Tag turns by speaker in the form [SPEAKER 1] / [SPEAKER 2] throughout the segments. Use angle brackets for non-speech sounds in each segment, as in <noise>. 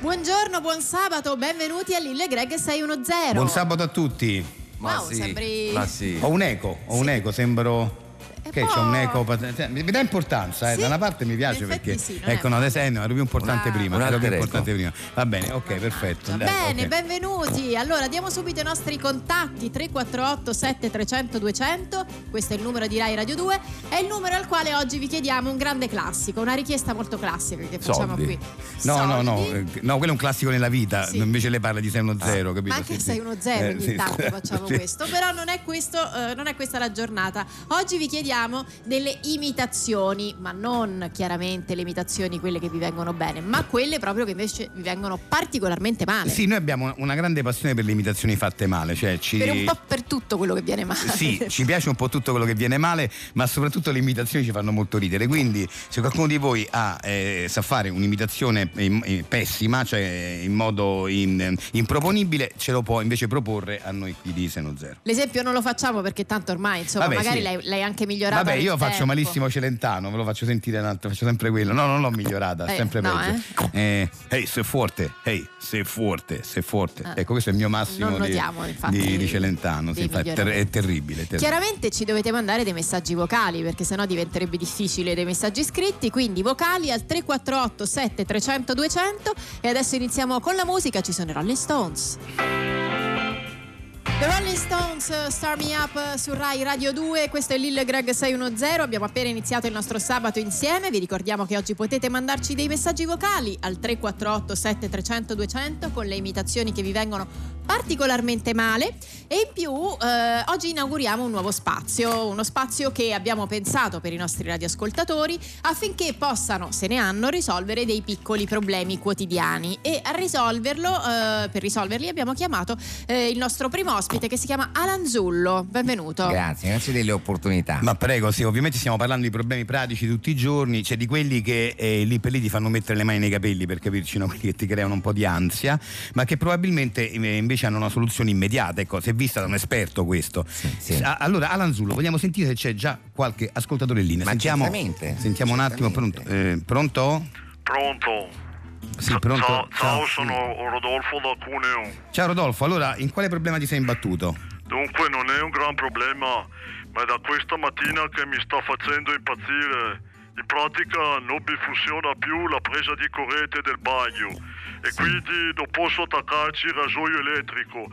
[SPEAKER 1] Buongiorno, buon sabato, benvenuti a Lille Greg 610.
[SPEAKER 2] Buon sabato a tutti.
[SPEAKER 1] Wow, Ah, oh, sembri-
[SPEAKER 3] ma Ah, sì.
[SPEAKER 2] Ho un eco, ho un eco, sembro.
[SPEAKER 1] E
[SPEAKER 2] Che
[SPEAKER 1] poi-
[SPEAKER 2] c'è un eco. pat- cioè, Mi dà importanza, eh,
[SPEAKER 1] Sì,
[SPEAKER 2] da una parte mi piace
[SPEAKER 1] in effetti
[SPEAKER 2] perché.
[SPEAKER 1] sì, non è
[SPEAKER 2] ecco, no, adesso eh, no, ero più importante
[SPEAKER 1] Ah.
[SPEAKER 2] prima.
[SPEAKER 3] Un
[SPEAKER 2] Ero più
[SPEAKER 3] alter ego.
[SPEAKER 2] importante prima. Va bene, ok, perfetto. dai,
[SPEAKER 1] Bene,
[SPEAKER 2] ok.
[SPEAKER 1] benvenuti. Allora diamo subito i nostri contatti 348 7300 200, questo è il numero di Rai Radio 2, è il numero al quale oggi vi chiediamo un grande classico, una richiesta molto classica che facciamo
[SPEAKER 3] Soldi.
[SPEAKER 1] qui.
[SPEAKER 2] No, no, no,
[SPEAKER 1] Soldi.
[SPEAKER 2] eh, no, quello è un classico nella vita,
[SPEAKER 1] Sì. Ah,
[SPEAKER 2] invece lei parla di 610, capito?
[SPEAKER 1] Ma anche
[SPEAKER 2] Sì, sì.
[SPEAKER 1] 610
[SPEAKER 2] Eh,
[SPEAKER 1] ogni
[SPEAKER 2] sì,
[SPEAKER 1] tanto
[SPEAKER 2] sì.
[SPEAKER 1] facciamo
[SPEAKER 2] <laughs> Sì.
[SPEAKER 1] questo, però non è, questo, eh, non è questa la giornata. Oggi vi chiediamo delle imitazioni, ma non chiaramente le imitazioni quelle che vi vengono bene, ma quelle proprio che invece vi vengono particolarmente male.
[SPEAKER 2] Sì, noi abbiamo una- una grande passione per le imitazioni fatte male, cioè ci...
[SPEAKER 1] Per un po' per tutto quello che viene male. <laughs>
[SPEAKER 2] Sì, ci piace un po' tutto quello che viene male, ma soprattutto le imitazioni ci fanno molto ridere. Quindi, se qualcuno di voi ha, eh, sa fare un'imitazione eh, eh, pessima, cioè eh, in modo in- eh, improponibile, ce lo può invece proporre a noi qui di Seno Zero.
[SPEAKER 1] L'esempio non lo facciamo perché tanto ormai, insomma,
[SPEAKER 2] Vabbè,
[SPEAKER 1] magari
[SPEAKER 2] sì.
[SPEAKER 1] l'hai, l'hai anche migliorato.
[SPEAKER 2] Vabbè,
[SPEAKER 1] nel
[SPEAKER 2] io faccio
[SPEAKER 1] tempo.
[SPEAKER 2] malissimo Celentano, ve lo faccio sentire un altro, faccio sempre quello. No, non l'ho migliorata,
[SPEAKER 1] Eh,
[SPEAKER 2] sempre
[SPEAKER 1] no,
[SPEAKER 2] peggio. Eh, Ehi, sei forte, ehi, sei forte, sei forte.
[SPEAKER 1] Ah.
[SPEAKER 2] Ecco, questo è il mio massimo
[SPEAKER 1] Non
[SPEAKER 2] di-
[SPEAKER 1] notiamo, infatti,
[SPEAKER 2] di, di Celentano. sì,
[SPEAKER 1] dei
[SPEAKER 2] infatti, ter- è
[SPEAKER 1] miglioramenti.
[SPEAKER 2] terribile. terribile.
[SPEAKER 1] Chiaramente ci dovete mandare dei messaggi vocali perché sennò diventerebbe difficile dei messaggi scritti, quindi vocali al 348 7300 200 e adesso iniziamo con la musica, ci sono i Rolling Stones. The Rolling Stones, eh, Star Me Up eh, su Rai Radio 2, questo è Lil Greg 610, abbiamo appena iniziato il nostro sabato insieme, vi ricordiamo che oggi potete mandarci dei messaggi vocali al 348 7300 200 con le imitazioni che vi vengono particolarmente male e in più eh, oggi inauguriamo un nuovo spazio, uno spazio che abbiamo pensato per i nostri radioascoltatori affinché possano, se ne hanno, risolvere dei piccoli problemi quotidiani e a risolverlo, eh, per risolverli abbiamo chiamato eh, il nostro primo ospite che si chiama Alan Zullo, benvenuto.
[SPEAKER 3] Grazie, grazie delle opportunità.
[SPEAKER 2] Ma prego, sì, ovviamente stiamo parlando di problemi pratici tutti i giorni, cioè di quelli che eh, lì per lì ti fanno mettere le mani nei capelli per capirci, no? <laughs> quelli che ti creano un po' di ansia, ma che probabilmente eh, invece hanno una soluzione immediata, ecco, se vista da un esperto questo.
[SPEAKER 3] sì.
[SPEAKER 2] A- allora, Alan Zullo, vogliamo sentire se c'è già qualche ascoltatore in linea.
[SPEAKER 3] Ma
[SPEAKER 2] sentiamo
[SPEAKER 3] certamente,
[SPEAKER 2] sentiamo un attimo, pronto? Eh, pronto?
[SPEAKER 4] Pronto?
[SPEAKER 2] Sì, Ah, pronto.
[SPEAKER 4] Ciao, ciao, sono Rodolfo da Cuneo.
[SPEAKER 2] Ciao Rodolfo, allora in quale problema ti sei imbattuto?
[SPEAKER 4] Dunque non è un gran problema, ma è da questa mattina che mi sta facendo impazzire. In pratica non mi funziona più la presa di corrente del bagno e quindi non posso attaccarci il rasoio elettrico,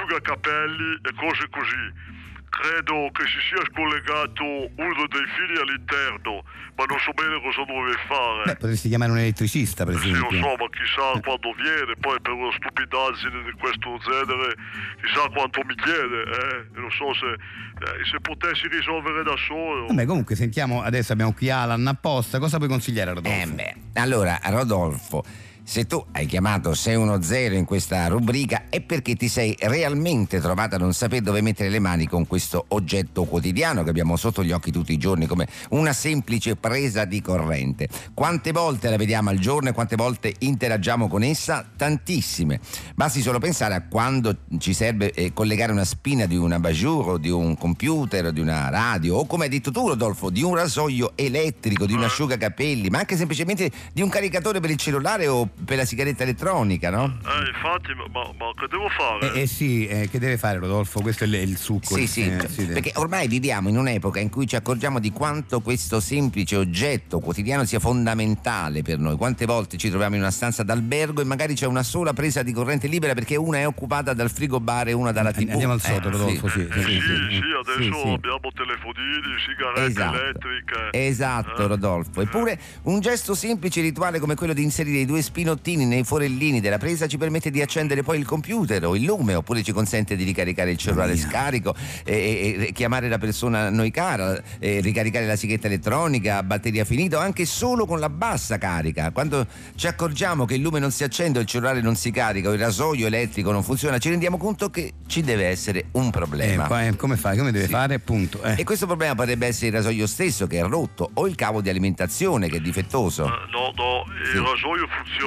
[SPEAKER 4] l'asciugacapelli e cose così. Credo che si sia scollegato uno dei fili all'interno, ma non so bene cosa dove fare.
[SPEAKER 2] Beh, potresti chiamare un elettricista, per
[SPEAKER 4] Sì, lo
[SPEAKER 2] esempio.
[SPEAKER 4] so, ma chissà quando viene, poi per una stupidaggine di questo genere, chissà quanto mi chiede, eh? E Non so se, eh, se potessi risolvere da solo.
[SPEAKER 2] Vabbè, comunque sentiamo, adesso abbiamo qui Alan apposta, cosa puoi consigliare a Rodolfo?
[SPEAKER 3] Eh, beh, allora, Rodolfo, se tu hai chiamato 610 in questa rubrica è perché ti sei realmente trovata a non sapere dove mettere le mani con questo oggetto quotidiano che abbiamo sotto gli occhi tutti i giorni, come una semplice presa di corrente. Quante volte la vediamo al giorno e quante volte interagiamo con essa? Tantissime. Basti solo pensare a quando ci serve eh, collegare una spina di una bajour o di un computer, o di una radio o come hai detto tu Rodolfo, di un rasoio elettrico, di un asciugacapelli, ma anche semplicemente di un caricatore per il cellulare o per la sigaretta elettronica, no?
[SPEAKER 4] Eh, infatti, ma, ma- ma che devo fare?
[SPEAKER 2] Eh, eh sì, eh, che deve fare Rodolfo? Questo è il, il succo.
[SPEAKER 3] Sì, sì,
[SPEAKER 2] eh, sì,
[SPEAKER 3] perché ormai viviamo in un'epoca in cui ci accorgiamo di quanto questo semplice oggetto quotidiano sia fondamentale per noi. Quante volte ci troviamo in una stanza d'albergo e magari c'è una sola presa di corrente libera perché una è occupata dal frigo bar e una dalla TV.
[SPEAKER 2] Andiamo al
[SPEAKER 3] Eh,
[SPEAKER 2] sodo, Rodolfo, sì.
[SPEAKER 4] Eh,
[SPEAKER 2] sì,
[SPEAKER 4] sì, sì, adesso
[SPEAKER 3] Sì, sì.
[SPEAKER 4] abbiamo telefonini, sigarette
[SPEAKER 3] Esatto,
[SPEAKER 4] elettriche.
[SPEAKER 3] esatto
[SPEAKER 4] Eh,
[SPEAKER 3] Rodolfo. Eppure un gesto semplice e rituale come quello di inserire i due spinottini nei forellini della presa ci permette di accendere poi il computer o il lume, oppure ci consente di ricaricare il cellulare scarico, e, e- e chiamare la persona a noi cara, e ricaricare la sigaretta elettronica a batteria finita, o anche solo con la bassa carica. Quando ci accorgiamo che il lume non si accende, o il cellulare non si carica, o il rasoio elettrico non funziona, ci rendiamo conto che ci deve essere un
[SPEAKER 2] Eh,
[SPEAKER 3] problema.
[SPEAKER 2] qua- eh, come fai? Come deve
[SPEAKER 3] Sì.
[SPEAKER 2] fare? Appunto. eh.
[SPEAKER 3] E questo problema potrebbe essere il rasoio stesso che è rotto o il cavo di alimentazione che è difettoso.
[SPEAKER 4] eh, no, no,
[SPEAKER 3] Sì.
[SPEAKER 4] il rasoio funziona,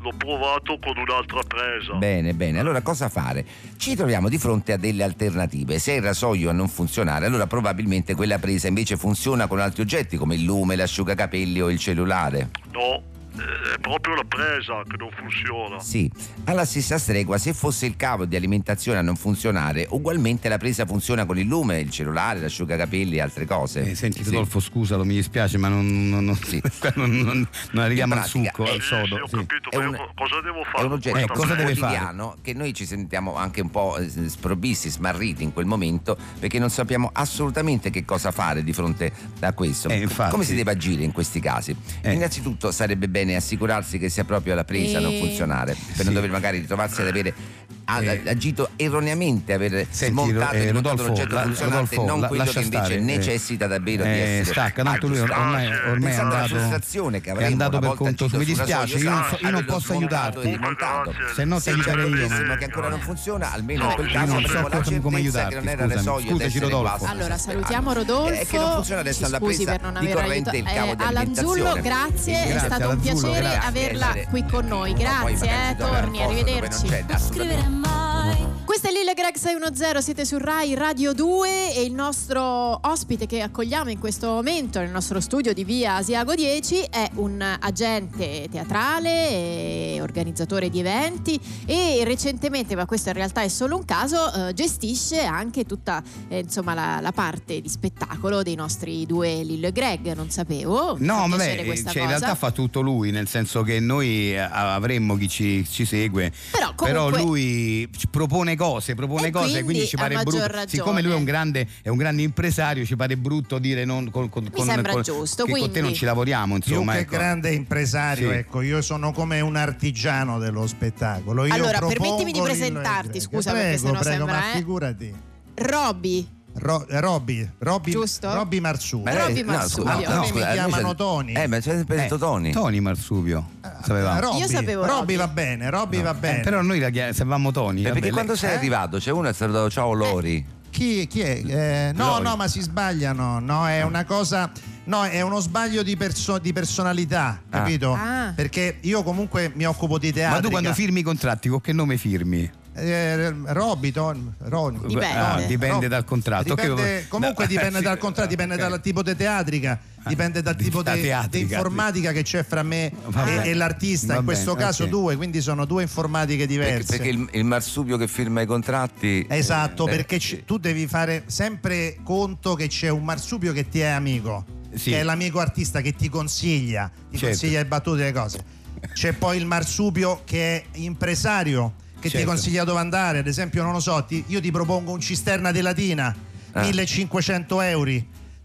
[SPEAKER 4] l'ho provato con un'altra presa.
[SPEAKER 3] Bene, bene, allora cosa fare? Ci troviamo di fronte a delle alternative. Se il rasoio non funzionare, allora probabilmente quella presa invece funziona con altri oggetti come il lume, l'asciugacapelli o il cellulare.
[SPEAKER 4] No, eh, è proprio la presa che non funziona.
[SPEAKER 5] Sì, alla stessa stregua, se fosse il cavo di alimentazione a non funzionare, ugualmente la presa funziona con il lume, il cellulare, l'asciugacapelli e altre cose.
[SPEAKER 2] Eh, senti,
[SPEAKER 5] Sì.
[SPEAKER 2] Rodolfo, scusalo, mi dispiace, ma non, non, non-
[SPEAKER 5] Sì.
[SPEAKER 2] <laughs> non- non- non arriviamo
[SPEAKER 5] In
[SPEAKER 2] al
[SPEAKER 5] pratica,
[SPEAKER 2] succo,
[SPEAKER 5] eh,
[SPEAKER 2] al
[SPEAKER 4] Sì,
[SPEAKER 2] sodo.
[SPEAKER 4] sì, ho
[SPEAKER 2] sì.
[SPEAKER 4] capito,
[SPEAKER 5] È
[SPEAKER 4] ma
[SPEAKER 5] un-
[SPEAKER 4] io co- cosa devo
[SPEAKER 5] È
[SPEAKER 4] fare?
[SPEAKER 5] un oggetto
[SPEAKER 2] Eh, cosa deve fare?
[SPEAKER 5] quotidiano che noi ci sentiamo anche un po' eh, sprovvisti, smarriti in quel momento perché non sappiamo assolutamente che cosa fare di fronte a questo.
[SPEAKER 2] Eh, infatti.
[SPEAKER 5] Come si deve agire in questi casi?
[SPEAKER 2] Eh.
[SPEAKER 5] Innanzitutto sarebbe bene assicurarsi che sia proprio la presa a non
[SPEAKER 1] Eh,
[SPEAKER 5] funzionare, per
[SPEAKER 2] sì.
[SPEAKER 5] non dover magari ritrovarsi ad avere a-
[SPEAKER 2] Eh.
[SPEAKER 5] agito erroneamente, aver
[SPEAKER 2] Senti,
[SPEAKER 5] smontato
[SPEAKER 2] eh,
[SPEAKER 5] e montato
[SPEAKER 2] Rodolfo,
[SPEAKER 5] l'oggetto
[SPEAKER 2] la-
[SPEAKER 5] funzionante,
[SPEAKER 2] Rodolfo,
[SPEAKER 5] non
[SPEAKER 2] la-
[SPEAKER 5] quello
[SPEAKER 2] lascia
[SPEAKER 5] che invece
[SPEAKER 2] stare, eh.
[SPEAKER 5] necessita davvero di
[SPEAKER 2] Eh,
[SPEAKER 5] essere.
[SPEAKER 2] stacca, tanto lui
[SPEAKER 5] aggiustato.
[SPEAKER 2] ormai, ormai è
[SPEAKER 5] Pensate alla
[SPEAKER 2] andato
[SPEAKER 5] frustrazione che
[SPEAKER 2] è
[SPEAKER 5] avremo
[SPEAKER 2] andato
[SPEAKER 5] una
[SPEAKER 2] per
[SPEAKER 5] volta
[SPEAKER 2] conto suo. mi
[SPEAKER 5] agito sulla
[SPEAKER 2] dispiace io
[SPEAKER 5] sua
[SPEAKER 2] non, so- io non
[SPEAKER 5] strada,
[SPEAKER 2] posso
[SPEAKER 5] averlo
[SPEAKER 2] aiutarti
[SPEAKER 5] smontato e
[SPEAKER 3] Ecco,
[SPEAKER 5] rimontato.
[SPEAKER 2] se no ti
[SPEAKER 5] Se
[SPEAKER 2] aiuto
[SPEAKER 5] è
[SPEAKER 2] aiuterei io.
[SPEAKER 5] verissimo che ancora non funziona, almeno in
[SPEAKER 4] No,
[SPEAKER 5] quel
[SPEAKER 4] sì,
[SPEAKER 5] caso
[SPEAKER 4] non
[SPEAKER 5] avremo
[SPEAKER 4] so
[SPEAKER 5] la
[SPEAKER 2] proprio come
[SPEAKER 5] certezza che
[SPEAKER 2] aiutarsi,
[SPEAKER 5] non era nel
[SPEAKER 2] scusami.
[SPEAKER 5] soglio di
[SPEAKER 2] Scusaci,
[SPEAKER 5] essere
[SPEAKER 2] Rodolfo.
[SPEAKER 5] quasi
[SPEAKER 1] Allora
[SPEAKER 5] sperando.
[SPEAKER 1] salutiamo Rodolfo.
[SPEAKER 5] Eh, che non funziona resta
[SPEAKER 1] Ci
[SPEAKER 5] alla
[SPEAKER 1] scusi
[SPEAKER 5] presa
[SPEAKER 1] per non
[SPEAKER 5] di
[SPEAKER 1] aver
[SPEAKER 5] corrente
[SPEAKER 1] aiutato.
[SPEAKER 5] il cavo di
[SPEAKER 1] Alanzullo,
[SPEAKER 5] alimentazione.
[SPEAKER 1] grazie,
[SPEAKER 2] Grazie,
[SPEAKER 1] è stato un
[SPEAKER 2] Alanzullo,
[SPEAKER 1] piacere
[SPEAKER 2] grazie.
[SPEAKER 1] averla
[SPEAKER 5] Essere
[SPEAKER 1] qui con noi.
[SPEAKER 5] No, poi
[SPEAKER 1] Grazie,
[SPEAKER 5] magari
[SPEAKER 1] eh,
[SPEAKER 5] si trova
[SPEAKER 1] torni,
[SPEAKER 5] nel posto dove non c'è,
[SPEAKER 1] arrivederci.
[SPEAKER 5] assolutamente.
[SPEAKER 6] scrivere mai
[SPEAKER 1] Questa è Lille Greg 610, siete su Rai Radio 2 e il nostro ospite che accogliamo in questo momento nel nostro studio di via Asiago 10 è un agente teatrale, e organizzatore di eventi e recentemente, ma questo in realtà è solo un caso, eh, gestisce anche tutta eh, insomma, la, la parte di spettacolo dei nostri due Lille Greg, non sapevo. Mi
[SPEAKER 2] No,
[SPEAKER 1] fa
[SPEAKER 2] ma
[SPEAKER 1] piacere
[SPEAKER 2] beh,
[SPEAKER 1] questa
[SPEAKER 2] cioè, in
[SPEAKER 1] cosa.
[SPEAKER 2] realtà fa tutto lui, nel senso che noi eh, avremmo chi ci, ci segue,
[SPEAKER 1] Però comunque...
[SPEAKER 2] però lui ci propone cose, propone
[SPEAKER 1] E
[SPEAKER 2] cose, quindi,
[SPEAKER 1] quindi
[SPEAKER 2] ci
[SPEAKER 1] ha
[SPEAKER 2] pare
[SPEAKER 1] maggior
[SPEAKER 2] brutto.
[SPEAKER 1] ragione.
[SPEAKER 2] Siccome lui è un, grande, è un grande impresario, ci pare brutto dire non, con, con, con-
[SPEAKER 1] sembra
[SPEAKER 2] con-
[SPEAKER 1] giusto,
[SPEAKER 2] che con te
[SPEAKER 1] quindi.
[SPEAKER 2] non ci lavoriamo,
[SPEAKER 7] Più
[SPEAKER 2] insomma.
[SPEAKER 7] che
[SPEAKER 2] ecco.
[SPEAKER 7] grande impresario,
[SPEAKER 2] Sì.
[SPEAKER 7] ecco, io sono come un artigiano dello spettacolo. Io
[SPEAKER 1] Allora,
[SPEAKER 7] propongo
[SPEAKER 1] permettimi di
[SPEAKER 7] il-
[SPEAKER 1] presentarti, scusa,
[SPEAKER 7] prego,
[SPEAKER 1] perché sennò
[SPEAKER 7] prego,
[SPEAKER 1] sembra,
[SPEAKER 7] ma
[SPEAKER 1] eh.
[SPEAKER 7] figurati.
[SPEAKER 1] Robby,
[SPEAKER 7] Ro- eh, Robby, Robby,
[SPEAKER 1] Giusto?
[SPEAKER 7] Robby Marzullo.
[SPEAKER 1] Ma
[SPEAKER 5] lei-
[SPEAKER 1] Robby Marzullo.
[SPEAKER 5] Eh, scusa,
[SPEAKER 7] Alcuni mi
[SPEAKER 5] noi
[SPEAKER 7] chiamano
[SPEAKER 5] c'è-
[SPEAKER 7] Tony.
[SPEAKER 5] Eh, ma c'è sempre detto
[SPEAKER 2] Eh,
[SPEAKER 5] Tony.
[SPEAKER 2] Tony Marsupio, sapevamo.
[SPEAKER 7] Eh, Robby,
[SPEAKER 1] Ah. Io sapevo Robby.
[SPEAKER 7] Robby va bene, Robby va bene.
[SPEAKER 2] Eh, però noi la chia- sapevamo Tony.
[SPEAKER 5] Eh,
[SPEAKER 2] vabbè,
[SPEAKER 5] perché
[SPEAKER 2] lei-
[SPEAKER 5] quando sei
[SPEAKER 7] eh?
[SPEAKER 5] arrivato c'è uno che ha salutato ciao Lori.
[SPEAKER 7] Chi, chi è? Eh, no,
[SPEAKER 5] Lori.
[SPEAKER 7] no, ma si sbagliano. No, è una cosa. No, è uno sbaglio di, perso- di personalità,
[SPEAKER 5] Ah.
[SPEAKER 7] capito?
[SPEAKER 1] Ah.
[SPEAKER 7] Perché io comunque mi occupo di teatro.
[SPEAKER 2] Ma tu quando firmi i contratti, con che nome firmi?
[SPEAKER 7] Eh, Robby, Ton- Ron-
[SPEAKER 1] Dipende.
[SPEAKER 2] Ah, dipende
[SPEAKER 7] No,
[SPEAKER 2] dal contratto. ok,
[SPEAKER 7] dipende-
[SPEAKER 2] vabbè.
[SPEAKER 7] comunque
[SPEAKER 2] No,
[SPEAKER 7] dipende
[SPEAKER 2] <laughs> sì, Ah,
[SPEAKER 7] dal contratto, dipende
[SPEAKER 2] ok. Ah,
[SPEAKER 7] dal tipo di teatrica, dipende dal
[SPEAKER 2] di-
[SPEAKER 7] tipo
[SPEAKER 2] da
[SPEAKER 7] di di
[SPEAKER 2] teatrica,
[SPEAKER 7] informatica che c'è fra me
[SPEAKER 2] Va
[SPEAKER 7] e,
[SPEAKER 2] bene.
[SPEAKER 7] e l'artista,
[SPEAKER 2] Va
[SPEAKER 7] in questo
[SPEAKER 2] bene,
[SPEAKER 7] caso
[SPEAKER 2] ok.
[SPEAKER 7] due, quindi sono due informatiche
[SPEAKER 5] Perché,
[SPEAKER 7] diverse.
[SPEAKER 5] perché il, il marsupio che firma i contratti.
[SPEAKER 7] Esatto,
[SPEAKER 5] eh,
[SPEAKER 7] perché
[SPEAKER 5] eh,
[SPEAKER 7] ci- tu devi fare sempre conto che c'è un marsupio che ti è amico,
[SPEAKER 2] Sì.
[SPEAKER 7] che è l'amico artista che ti consiglia, ti
[SPEAKER 2] Certo.
[SPEAKER 7] consiglia le battute e le cose. C'è poi il marsupio che è impresario, che ti
[SPEAKER 2] Certo.
[SPEAKER 7] consiglia dove andare, ad esempio, non lo so, ti- io ti propongo un cisterna di Latina,
[SPEAKER 5] Ah.
[SPEAKER 7] 1500 euro.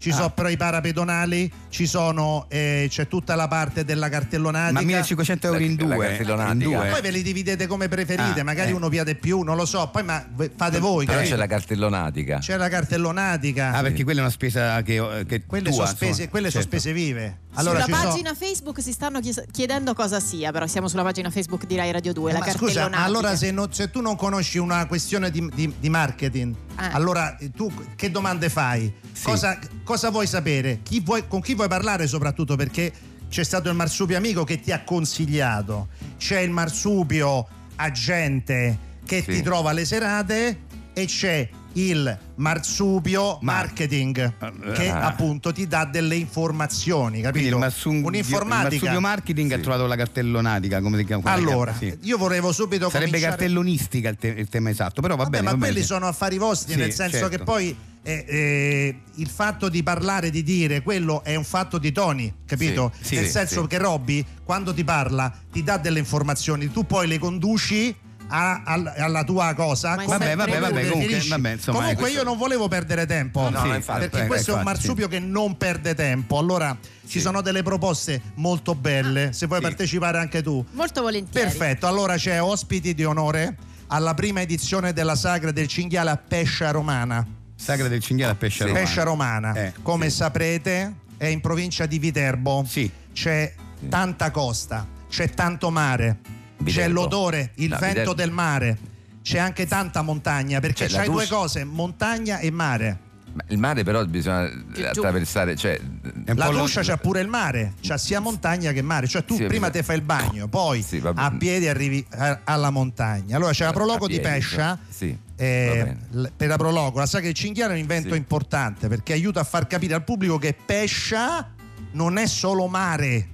[SPEAKER 7] Ci
[SPEAKER 2] Ah.
[SPEAKER 7] sono però i parapedonali, ci sono, eh, c'è tutta la parte della cartellonatica.
[SPEAKER 2] Ma 1500 euro in
[SPEAKER 5] La- la
[SPEAKER 2] due. In
[SPEAKER 5] cartellonatica.
[SPEAKER 2] due.
[SPEAKER 7] Poi ve li dividete come preferite,
[SPEAKER 2] Ah,
[SPEAKER 7] magari
[SPEAKER 2] eh.
[SPEAKER 7] uno piade più, non lo so. Poi ma v- fate voi.
[SPEAKER 5] Però
[SPEAKER 7] capito?
[SPEAKER 5] c'è la cartellonatica.
[SPEAKER 7] C'è la cartellonatica.
[SPEAKER 2] Ah, perché quella è una spesa che, che
[SPEAKER 7] quelle
[SPEAKER 2] tua,
[SPEAKER 7] sono spese,
[SPEAKER 2] insomma.
[SPEAKER 7] quelle sono
[SPEAKER 2] Certo.
[SPEAKER 7] spese vive. Allora, ci
[SPEAKER 1] sulla
[SPEAKER 7] sono-
[SPEAKER 1] pagina Facebook si stanno chies- chiedendo cosa sia, però siamo sulla pagina Facebook di Rai Radio 2,
[SPEAKER 7] Eh,
[SPEAKER 1] la
[SPEAKER 7] ma scusa,
[SPEAKER 1] cartellonata.
[SPEAKER 7] ma allora se, non- se tu non conosci una questione di, di- di marketing,
[SPEAKER 1] Ah.
[SPEAKER 7] allora eh, tu che domande fai? Cosa, cosa vuoi sapere? Chi vuoi- con chi vuoi parlare soprattutto? Perché c'è stato il marsupio amico che ti ha consigliato, c'è il marsupio agente che
[SPEAKER 5] Sì.
[SPEAKER 7] ti trova le serate e c'è il marsupio
[SPEAKER 2] Ma-
[SPEAKER 7] marketing
[SPEAKER 2] Ah,
[SPEAKER 7] che
[SPEAKER 5] ah.
[SPEAKER 7] appunto ti dà delle informazioni, capito?
[SPEAKER 2] Quindi il massung- il
[SPEAKER 7] Un'informatica.
[SPEAKER 2] marsupio marketing ha trovato la cartellonatica, come si chiama? come si chiama?
[SPEAKER 7] allora,
[SPEAKER 2] Sì.
[SPEAKER 7] io volevo subito
[SPEAKER 2] sarebbe
[SPEAKER 7] cominciare...
[SPEAKER 2] cartellonistica il, te- il tema esatto, però va
[SPEAKER 7] Vabbè,
[SPEAKER 2] bene.
[SPEAKER 7] ma
[SPEAKER 2] va
[SPEAKER 7] quelli
[SPEAKER 2] bene.
[SPEAKER 7] sono affari vostri,
[SPEAKER 2] Sì,
[SPEAKER 7] nel senso
[SPEAKER 2] certo.
[SPEAKER 7] che poi eh, eh, il fatto di parlare, di dire, quello è un fatto di Tony, capito?
[SPEAKER 5] Sì, sì,
[SPEAKER 7] nel
[SPEAKER 5] sì,
[SPEAKER 7] senso
[SPEAKER 5] sì.
[SPEAKER 7] che Robby, quando ti parla, ti dà delle informazioni, tu poi le conduci. a- al- alla tua cosa
[SPEAKER 1] Ma è
[SPEAKER 7] come
[SPEAKER 1] sempre
[SPEAKER 7] tu
[SPEAKER 1] lui.
[SPEAKER 7] preferisci.
[SPEAKER 2] Comunque, vabbè, insomma,
[SPEAKER 7] Comunque
[SPEAKER 2] è questo.
[SPEAKER 7] io non volevo perdere tempo
[SPEAKER 5] No,
[SPEAKER 2] Sì,
[SPEAKER 5] infatti,
[SPEAKER 7] perché
[SPEAKER 2] eh,
[SPEAKER 7] questo è un
[SPEAKER 2] infatti.
[SPEAKER 7] marsupio che non perde tempo allora ci
[SPEAKER 5] Sì.
[SPEAKER 7] sono delle proposte molto belle se vuoi
[SPEAKER 2] Sì.
[SPEAKER 7] partecipare anche tu
[SPEAKER 1] Molto volentieri.
[SPEAKER 7] Perfetto, allora c'è ospiti di onore alla prima edizione della Sagra del Cinghiale a Pescia Romana.
[SPEAKER 2] Sagra del cinghiale a pesce romano.
[SPEAKER 7] Pescia Romana,
[SPEAKER 2] Eh,
[SPEAKER 7] come
[SPEAKER 2] sì.
[SPEAKER 7] saprete, è in provincia di Viterbo.
[SPEAKER 2] Sì.
[SPEAKER 7] C'è tanta costa, c'è tanto mare,
[SPEAKER 5] Viterbo.
[SPEAKER 7] c'è l'odore, il
[SPEAKER 5] No,
[SPEAKER 7] vento
[SPEAKER 5] Viterbo.
[SPEAKER 7] del mare, c'è anche tanta montagna, perché
[SPEAKER 5] C'è la
[SPEAKER 7] c'hai due
[SPEAKER 5] Dus-
[SPEAKER 7] cose, montagna e mare.
[SPEAKER 5] Ma Il mare però bisogna
[SPEAKER 1] giù.
[SPEAKER 5] attraversare, cioè
[SPEAKER 2] È un
[SPEAKER 7] La
[SPEAKER 2] po' lo-
[SPEAKER 7] doccia c'ha pure il mare, c'ha sia montagna che mare, cioè tu
[SPEAKER 5] Sì,
[SPEAKER 7] prima
[SPEAKER 5] vabbè.
[SPEAKER 7] te fai il bagno, poi
[SPEAKER 5] Sì, vabbè.
[SPEAKER 7] a piedi arrivi eh, alla montagna. Allora c'è la prologo
[SPEAKER 5] a
[SPEAKER 7] di
[SPEAKER 5] piedi,
[SPEAKER 7] Pescia,
[SPEAKER 2] cioè.
[SPEAKER 5] sì.
[SPEAKER 7] eh,
[SPEAKER 5] Va bene.
[SPEAKER 7] l- per la prologo, la sa che il cinghiale è un invento
[SPEAKER 5] Sì.
[SPEAKER 7] importante perché aiuta a far capire al pubblico che Pescia non è solo mare,